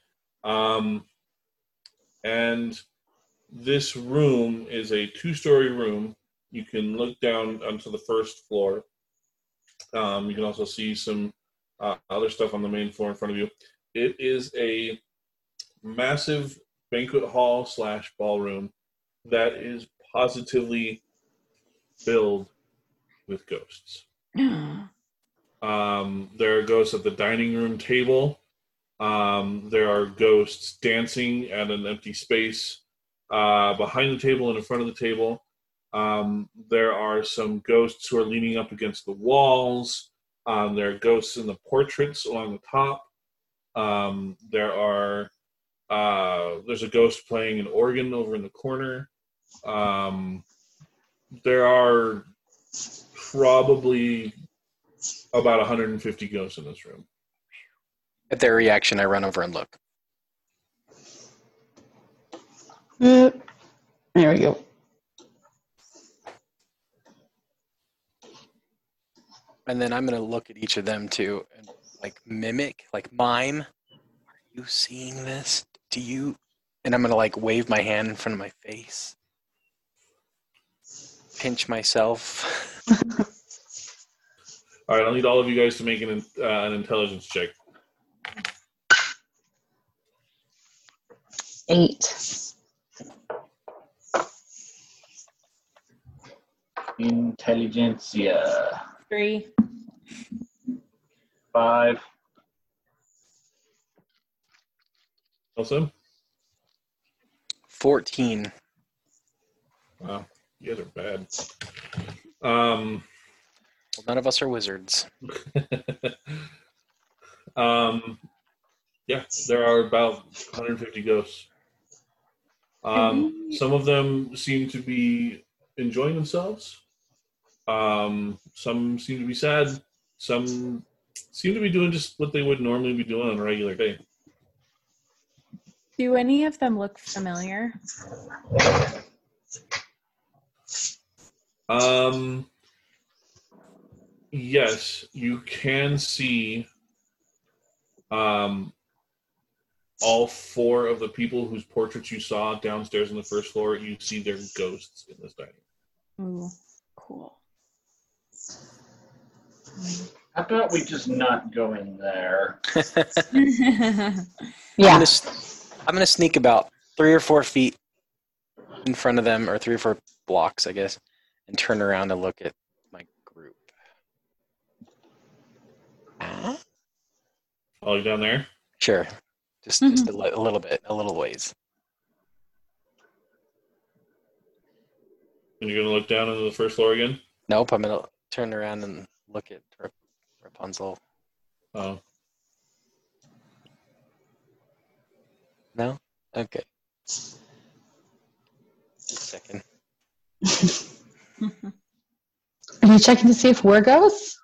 A: um, and this room is a two-story room. You can look down onto the first floor. Um, you can also see some uh, other stuff on the main floor in front of you. It is a massive banquet hall slash ballroom that is positively filled with ghosts. Um, there are ghosts at the dining room table. Um, there are ghosts dancing at an empty space uh, behind the table and in front of the table. Um, there are some ghosts who are leaning up against the walls. Um, there are ghosts in the portraits along the top. Um, there are uh, there's a ghost playing an organ over in the corner. Um, there are probably about 150 ghosts in this room.
B: At their reaction, I run over and look.
E: there we go.
B: And then I'm going to look at each of them too and like mimic, like mime. Are you seeing this? Do you? And I'm going to like wave my hand in front of my face, pinch myself.
A: All right, I'll need all of you guys to make an uh, an intelligence check.
E: Eight.
C: Intelligentsia.
D: Three.
C: Five.
A: Also,
B: 14.
A: wow, you guys are bad. Um,
B: Well, none of us are wizards.
A: um, yeah, there are about 150 ghosts. Um, some of them seem to be enjoying themselves. Um, some seem to be sad. Some seem to be doing just what they would normally be doing on a regular day.
D: Do any of them look familiar?
A: Um, yes, you can see um, all four of the people whose portraits you saw downstairs on the first floor. You see their ghosts in this dining.
D: Ooh, cool.
C: How about we just not go in there?
B: I'm
E: Yeah.
B: gonna s- I'm going to sneak about three or four feet in front of them, or three or four blocks, I guess, and turn around and look at my group.
A: All you down there.
B: Sure. Just just
E: Mm-hmm.
B: a, li- a little bit, a little ways.
A: And you're gonna look down into the first floor again.
B: Nope, I'm gonna turn around and look at Rap- Rapunzel.
A: Oh,
B: No? Okay. Second.
E: Are you checking to see if we're ghosts?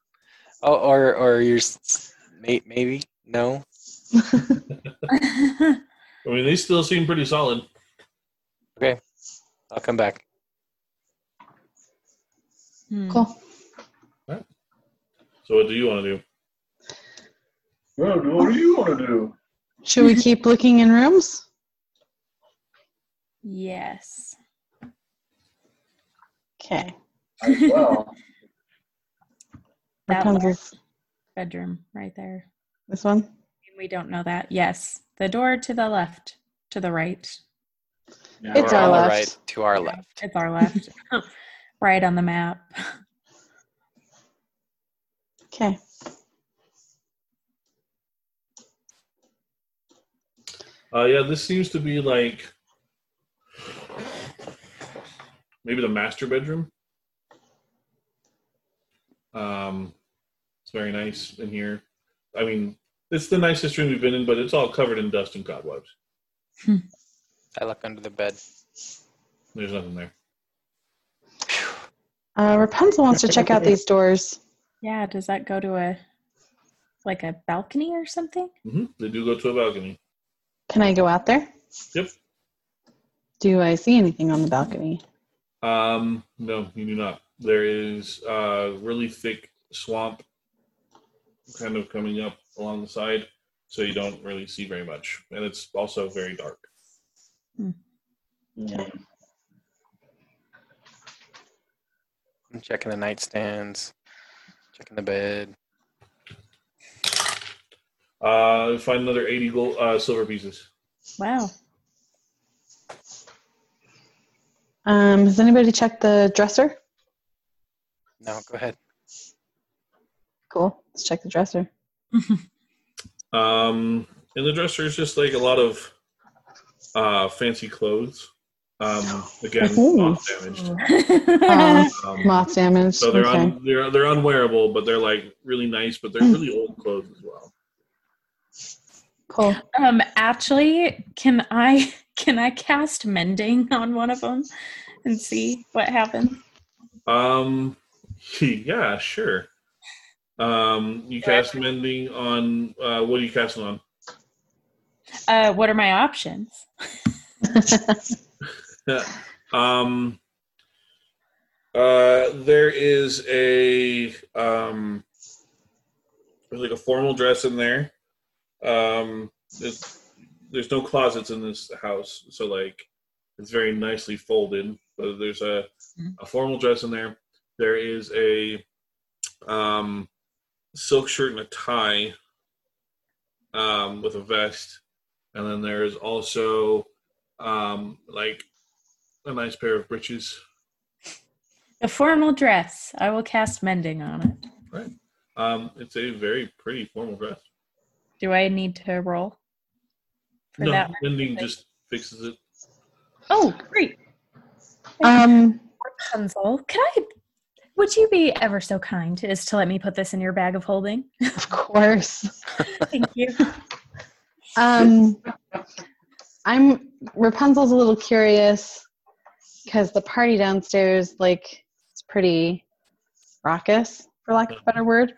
B: Oh, or or you're s- s- may- maybe no.
A: I mean, they still seem pretty solid.
B: I'll come back.
D: Hmm.
E: Cool.
A: So, what do you want to do?
C: Well, Oh, what do you want to do?
E: Should we keep looking in rooms?
D: Yes.
E: Okay.
C: as well.
E: What
D: That
E: comes
D: large
E: this,
D: bedroom right there.
E: this one?
D: And we don't know that. Yes, the door to the left, to the right.
C: Yeah.
E: It's
B: We're
E: our
B: on the
E: left.
B: right to our left.
D: It's our left. right on the map.
E: Okay.
A: Uh, yeah, this seems to be like maybe the master bedroom. Um, it's very nice in here. I mean, it's the nicest room we've been in, but it's all covered in dust and cobwebs.
B: I look under the bed.
A: There's nothing there.
E: Uh, Rapunzel wants to check out these doors.
D: Yeah, does that go to a like a balcony or something?
A: hmm They do go to a balcony.
E: Can I go out there?
A: Yep.
E: Do I see anything on the balcony?
A: Um, no, you do not. There is uh, really thick swamp kind of coming up along the side, so you don't really see very much. And it's also very dark.
C: Yeah.
B: I'm checking the nightstands, checking the bed.
A: Uh, find another 80 gold, uh, silver pieces.
D: Wow.
E: Um, has anybody checked the dresser?
B: No, go ahead.
E: Cool. Let's check the dresser.
A: Um, in the dresser is just like a lot of uh, fancy clothes. Um, again,
E: Ooh.
A: not damaged.
D: Oh.
E: Uh,
A: Um,
E: moth damage.
A: so they're
E: okay. Hmm.
A: un- they're they're unwearable, but they're like really nice. But they're really old clothes as well.
E: cool.
D: um actually, can I can I cast mending on one of them and see what happens?
A: Um, yeah, sure. Um, you cast mending on uh, what are you casting on?
D: Uh what are my options?
A: um, uh, there is a um, there's like a formal dress in there. Um, there's, there's no closets in this house, so like it's very nicely folded. But there's a a formal dress in there. There is a um, silk shirt and a tie um, with a vest, and then there is also um, like a nice pair of breeches.
D: The formal dress. I will cast mending on it.
A: Um, it's a very pretty formal dress.
D: Do I need to roll for
A: no,
D: that?
A: mending just fixes it.
D: Oh, great.
E: um,
D: Rapunzel, could I? Would you be ever so kind as to let me put this in your bag of holding?
E: of course.
D: Thank you.
E: Um, I'm Rapunzel's a little curious because the party downstairs, like, it's pretty raucous, for lack of a better word.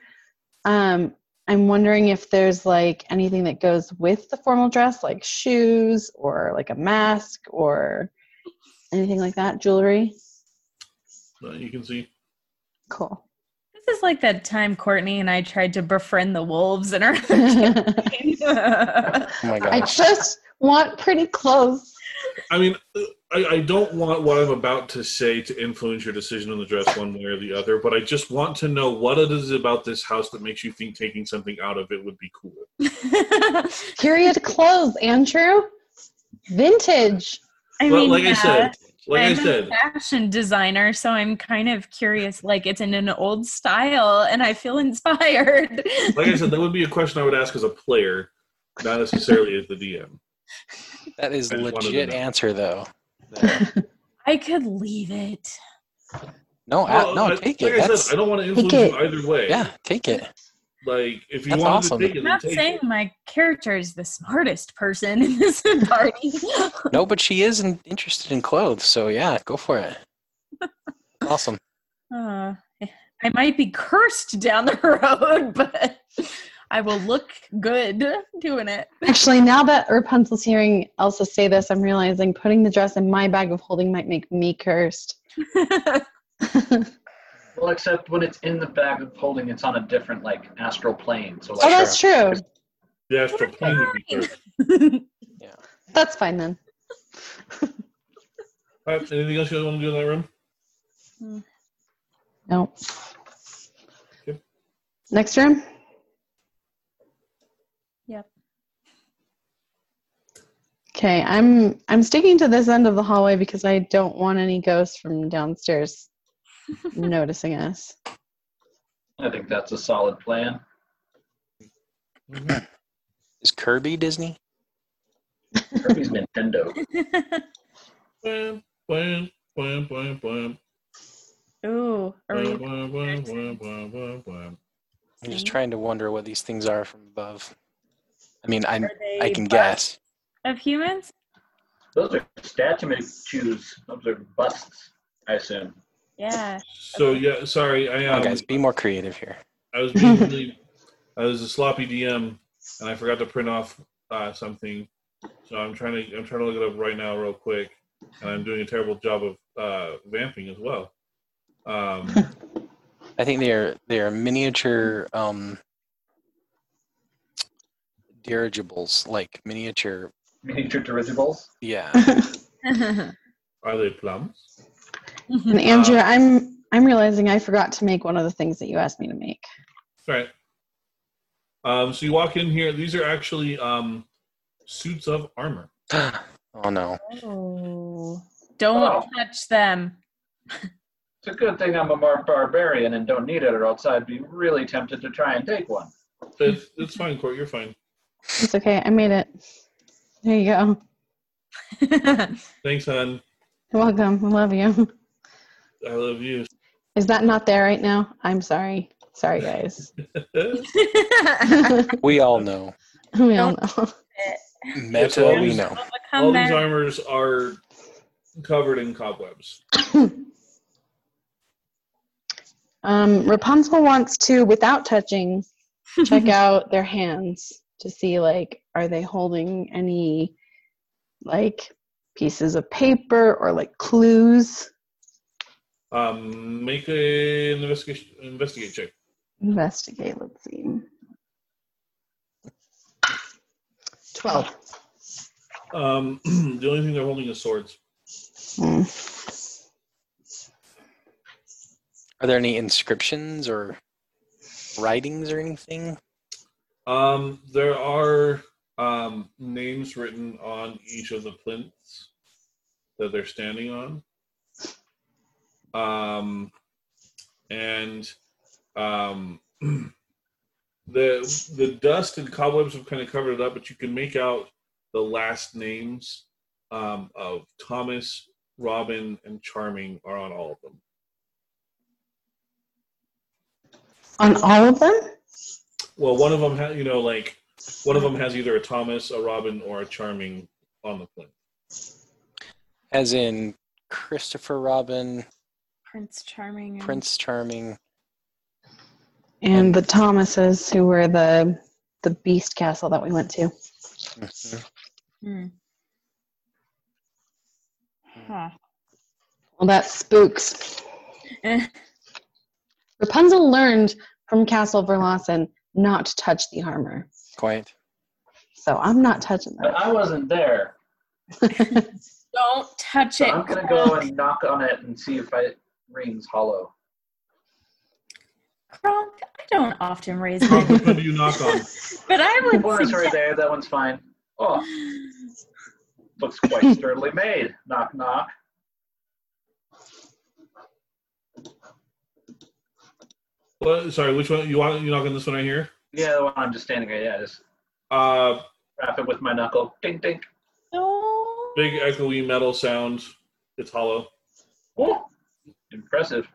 E: Um, I'm wondering if there's like anything that goes with the formal dress, like shoes or like a mask or anything like that, jewelry.
A: Uh, you can see.
E: Cool.
D: This is like that time Courtney and I tried to befriend the wolves in our
E: I
D: campaign.
B: Oh my gosh.
E: just want pretty clothes.
A: I mean, uh, I, I don't want what I'm about to say to influence your decision on the dress one way or the other, but I just want to know what it is about this house that makes you think taking something out of it would be cool.
E: Period clothes, Andrew. Vintage.
D: I
A: Well,
D: mean,
A: like I
D: yeah,
A: said, like
D: I'm
A: I said,
D: a fashion designer, so I'm kind of curious. Like, it's in an old style, and I feel inspired.
A: like I said, that would be a question I would ask as a player, not necessarily as the DM.
B: That is
A: I just wanted to
B: legit
A: know.
B: answer though.
D: I could leave it.
B: No,
A: Well,
B: a- no,
A: I-
B: take
A: like
B: it.
A: I
B: That's,
A: said, I don't want to influence
E: it.
A: you either way.
B: yeah, take it.
A: Like if you
B: That's
A: wanted
B: awesome.
A: to take it,
D: I'm
A: then
D: not
A: take
D: saying
A: it.
D: my character is the smartest person in this party.
B: No, but she is in, interested in clothes, so yeah, go for it. awesome.
D: Uh, I might be cursed down the road, but I will look good doing it.
E: Actually, now that Rapunzel's hearing Elsa say this, I'm realizing putting the dress in my bag of holding might make me cursed. oh,
C: Well, except when it's in the bag of holding, it's on a different like astral plane. So like,
E: Oh, that's true.
A: The astral plane would be
D: Fine.
A: good.
E: That's fine then.
A: All right, anything else you guys want to do in that room?
E: Nope.
A: Yep.
E: Next room?
D: Yep.
E: Okay, I'm I'm sticking to this end of the hallway because I don't want any ghosts from downstairs noticing us.
C: I think that's a solid plan.
B: Is Kirby Disney?
C: Kirby's Nintendo.
A: Bam, bam, bam, bam, bam,
D: Ooh, are
A: bam,
D: we?
A: bam, bam, bam, bam, bam, bam.
B: I'm just
D: Mhm.
B: trying to wonder what these things are from above. I mean, I
D: Are they
B: I can
D: busts
B: guess.
D: of humans.
C: Those are statues. Those are busts, I assume.
D: Yeah.
A: So yeah, sorry, I
D: Oh,
B: Come on,
A: um,
B: guys, be more creative here.
A: I was being really, I was a sloppy DM, and I forgot to print off uh, something. So I'm trying to, I'm trying to look it up right now, real quick, and I'm doing a terrible job of uh, vamping as well. Um,
B: I think they are they are miniature um, dirigibles, like miniature.
C: Miniature dirigibles.
B: Yeah,
E: and
A: are they plums?
E: Andrew, I'm I'm realizing I forgot to make one of the things that you asked me to make.
A: All right. Um, so you walk in here. These are actually um, suits of armor.
B: oh no.
D: oh. Don't
C: Oh.
D: touch them.
C: It's a good thing I'm a bar- barbarian and don't need it, or else I'd be really tempted to try and take one.
A: It's, it's fine, Court. You're fine.
E: It's okay, I made it. There you go.
A: Thanks, hon.
E: You're welcome. I love you.
A: I love you.
E: Is that not there right now? I'm sorry. Sorry, guys.
D: Don't
E: we
B: We all know.
E: all know.
B: Meta,
A: all
B: we
A: these-
B: know.
A: All
D: become
A: these
D: their
A: armors are covered in cobwebs.
E: Um, Rapunzel wants to, without touching, check out their hands to see like are they holding any like pieces of paper or like clues.
A: Um, make a- an investigation, investigate check.
E: Investigate. Let's see. Twelve.
A: Um, the only thing they're holding is swords.
E: Hmm.
B: Are there any inscriptions or writings or anything?
A: Um, there are um, names written on each of the plinths that they're standing on. Um, and um, the the dust and cobwebs have kind of covered it up, but you can make out the last names um, of Thomas, Robin, and Charming are on all of them.
E: On all of them?
A: Well, one of them has, you know, like one of them has either a Thomas, a Robin, or a Charming on the plinth.
B: As in Christopher Robin,
D: Prince Charming. and-
B: Prince Charming.
E: And the Thomases, who were the the beast castle that we went to.
B: Mhm.
D: Hmm. Huh.
E: Well, that spooks.
D: Eh.
E: Rapunzel learned from Castle Verlassen not to touch the armor.
B: Quite.
E: So I'm not touching
C: But I wasn't there.
E: that.
D: Don't touch
C: So
D: it.
C: I'm gonna go and knock on it and see if it rings hollow.
D: Kronk, I don't often raise
A: Rob,
D: my
A: which one do you knock on?
D: but I would
C: Well, it's right
D: suggest-
C: there. That one's fine. Oh, looks quite sturdily made. Knock, knock.
A: Well, sorry, which one you want? You knock on this one right here.
C: Yeah, the one I'm just standing right. Yeah, just
A: Uh,
C: wrap it with my knuckle. Ding, ding.
D: No.
A: big echoey metal sound. It's hollow.
C: Oh, impressive.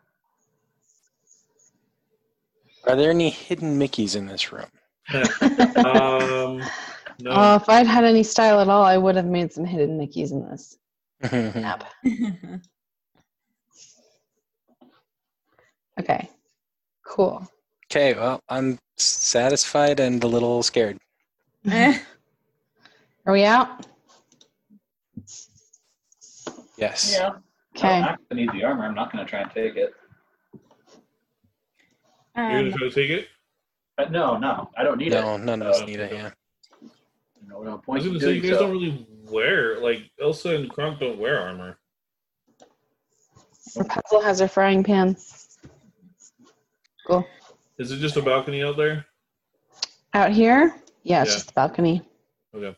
B: Are there any hidden Mickeys in this room?
A: Um, no,
E: Oh, if I'd had any style at all, I would have made some hidden Mickeys in this
B: Mhm.
E: map. Okay. Cool.
B: okay, well, I'm satisfied and a little scared.
D: Eh.
E: Are we out?
B: Yes.
C: Yeah.
E: Okay.
C: I'm
D: Oh,
C: not gonna need the armor. I'm not gonna try and take it.
A: you're gonna
D: Um,
A: try to take it.
C: But Uh, no, no, I don't need it.
B: No, none of us
A: Uh,
B: need it.
A: no.
B: Yeah.
C: You know, no
A: I was
C: point in
A: gonna say you
C: doing
A: guys
C: so.
A: don't really wear like Elsa and Kronk don't wear armor.
E: Rapunzel has her frying pan. Cool.
A: Is it just a balcony out there?
E: Out here? Yeah, it's
A: Yeah.
E: just the balcony.
A: Okay.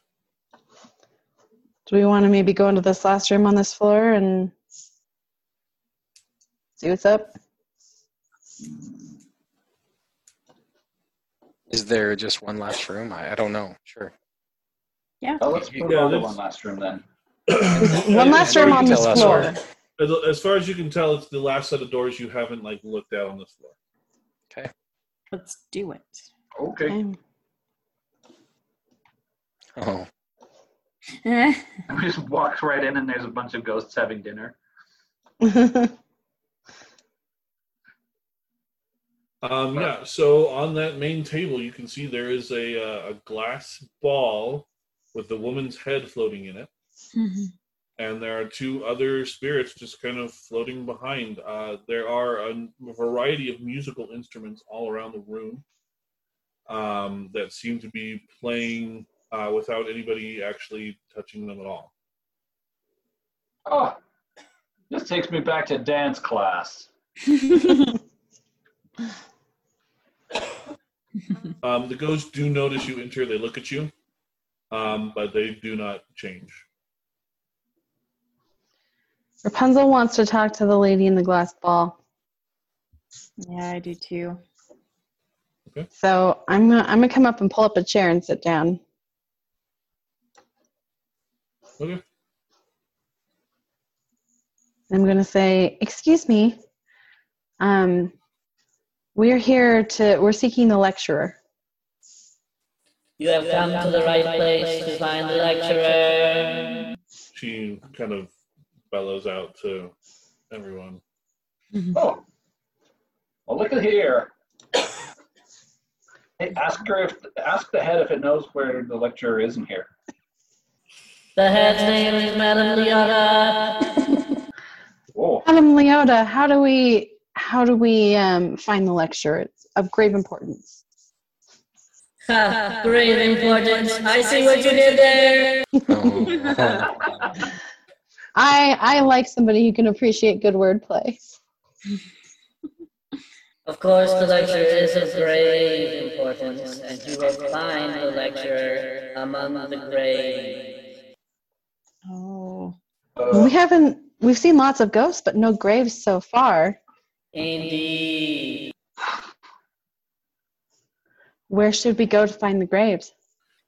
E: Do we want to maybe go into this last room on this floor and see what's up?
B: Is there just one last room? I, I don't know. Sure.
C: Oh, let's
B: You
C: move on to
A: guys-
C: one last room then.
E: One last
B: yeah,
E: room
B: you
E: on
B: can
E: this
B: tell us
E: floor.
B: all.
A: As, as far as you can tell, it's the last set of doors you haven't like looked at on this floor.
D: Let's do it.
C: Okay.
E: Okay.
B: Oh,
D: Eh,
C: We just walked right in and there's a bunch of ghosts having dinner.
A: Um, yeah. So on that main table, you can see there is a uh, a glass ball with the woman's head floating in it, and there are two other spirits just kind of floating behind. Uh, there are a variety of musical instruments all around the room um, that seem to be playing uh, without anybody actually touching them at all.
C: Oh, this takes me back to dance class.
A: Um, the ghosts do notice you enter. They look at you, um, but they do not change.
E: Rapunzel wants to talk to the lady in the glass ball.
D: yeah, I do too.
E: So I'm gonna I'm gonna come up and pull up a chair and sit down.
A: Okay.
E: I'm gonna say, excuse me. Um we're here to we're seeking the lecturer.
F: You have come to the right place to find the lecturer.
A: She kind of bellows out to everyone.
C: Oh, well, look at here. Hey, ask her if ask the head if it knows where the lecturer is in here.
F: The head's name is Madame Leota.
C: Oh,
E: Madam Leota, how do we how do we um, find the lecturer? It's of grave importance.
F: Ha, great importance. I see what you did there.
B: oh.
E: I I like somebody who can appreciate good wordplay.
F: Of course, the lecturer is of grave importance, and you will find the lecturer among the grave.
D: Oh.
E: We
C: uh,
E: haven't we've seen lots of ghosts, but no graves so far.
F: Indeed.
E: Where should we go to find the graves?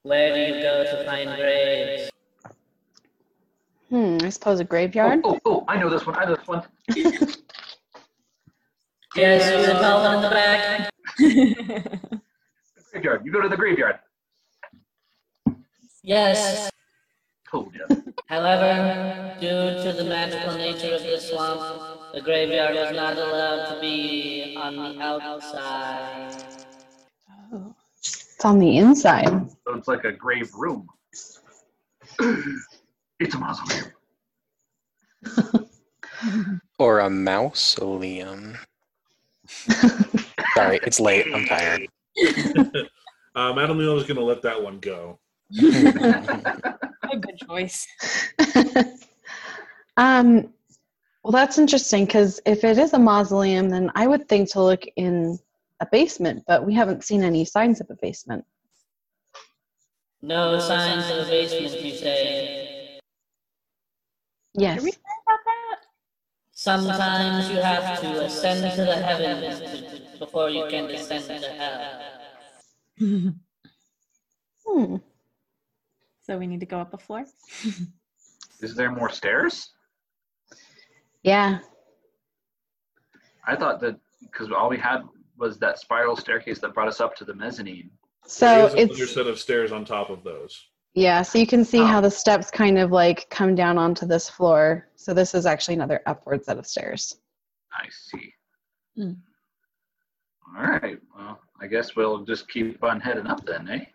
F: Where do you go to find graves?
E: Hmm, I suppose a graveyard.
C: oh, oh, oh, I know this one. I know this one.
F: Yes, there's a column in the back.
C: Graveyard. You go to the graveyard.
F: Yes.
C: Cool. Yeah.
F: However, due to the magical nature of the swamp, the graveyard was not allowed to be on the outside.
C: oh.
E: It's on the inside.
C: So it's like a grave room. it's a mausoleum.
B: or a mausoleum. Sorry, it's late. I'm tired.
A: Uh, Madame Leon is going to let that one go.
D: a good choice.
E: um, well, that's interesting because if it is a mausoleum, then I would think to look in a basement, but we haven't seen any signs of a basement.
F: No signs of the basement, you say.
E: Yes.
D: about that?
F: Sometimes you have to ascend to the heavens to- before you can descend to hell.
E: Hmm.
D: so we need to go up a floor.
C: Is there more stairs?
E: Yeah.
C: I thought that because all we had was that spiral staircase that brought us up to the mezzanine.
E: So
A: There is another
E: it's
A: set of stairs on top of those.
E: yeah. So you can see how the steps kind of like come down onto this floor. So this is actually another upward set of stairs.
C: I see.
D: Mm.
C: All right. Well, I guess we'll just keep on heading up then, eh?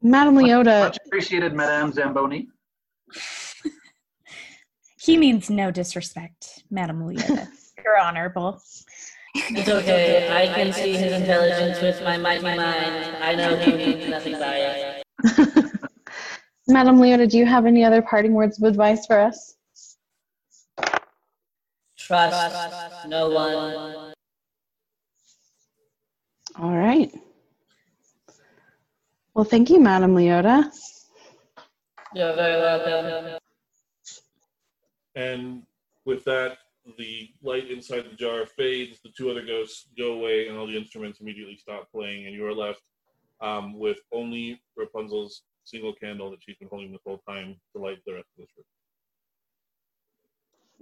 E: Madame Leota,
C: Much appreciated, Madame Zamboni.
D: He means no disrespect, Madam Leota. You're honorable.
F: It's okay, I can see his intelligence with my mighty mind. I know he means nothing by it.
E: Madame Leota, do you have any other parting words of advice for us?
F: Trust no one.
E: All right. Well, thank you, Madam Leota.
F: You're very welcome.
A: And with that, the light inside the jar fades. The two other ghosts go away, and all the instruments immediately stop playing. And you are left um, with only Rapunzel's single candle that she's been holding this whole time to light the rest of this room.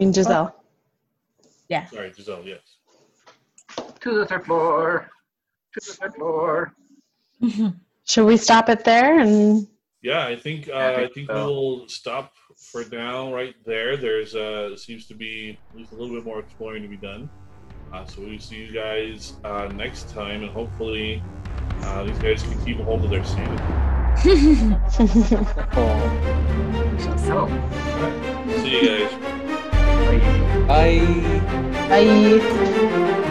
E: I mean, Giselle.
D: Yeah.
A: Sorry, Giselle. Yes.
C: To the third floor. To the third floor.
E: Should we stop it there? And
A: Yeah, I think uh,
C: Yeah, I
A: I
C: think
A: think
C: so.
A: we'll stop for now. Right there, there's uh, seems to be at least a little bit more exploring to be done. Uh, so we see you guys uh, next time, and hopefully uh, these guys can keep a hold of their sanity.
B: Oh.
C: No.
A: See you guys.
B: I.
E: bye.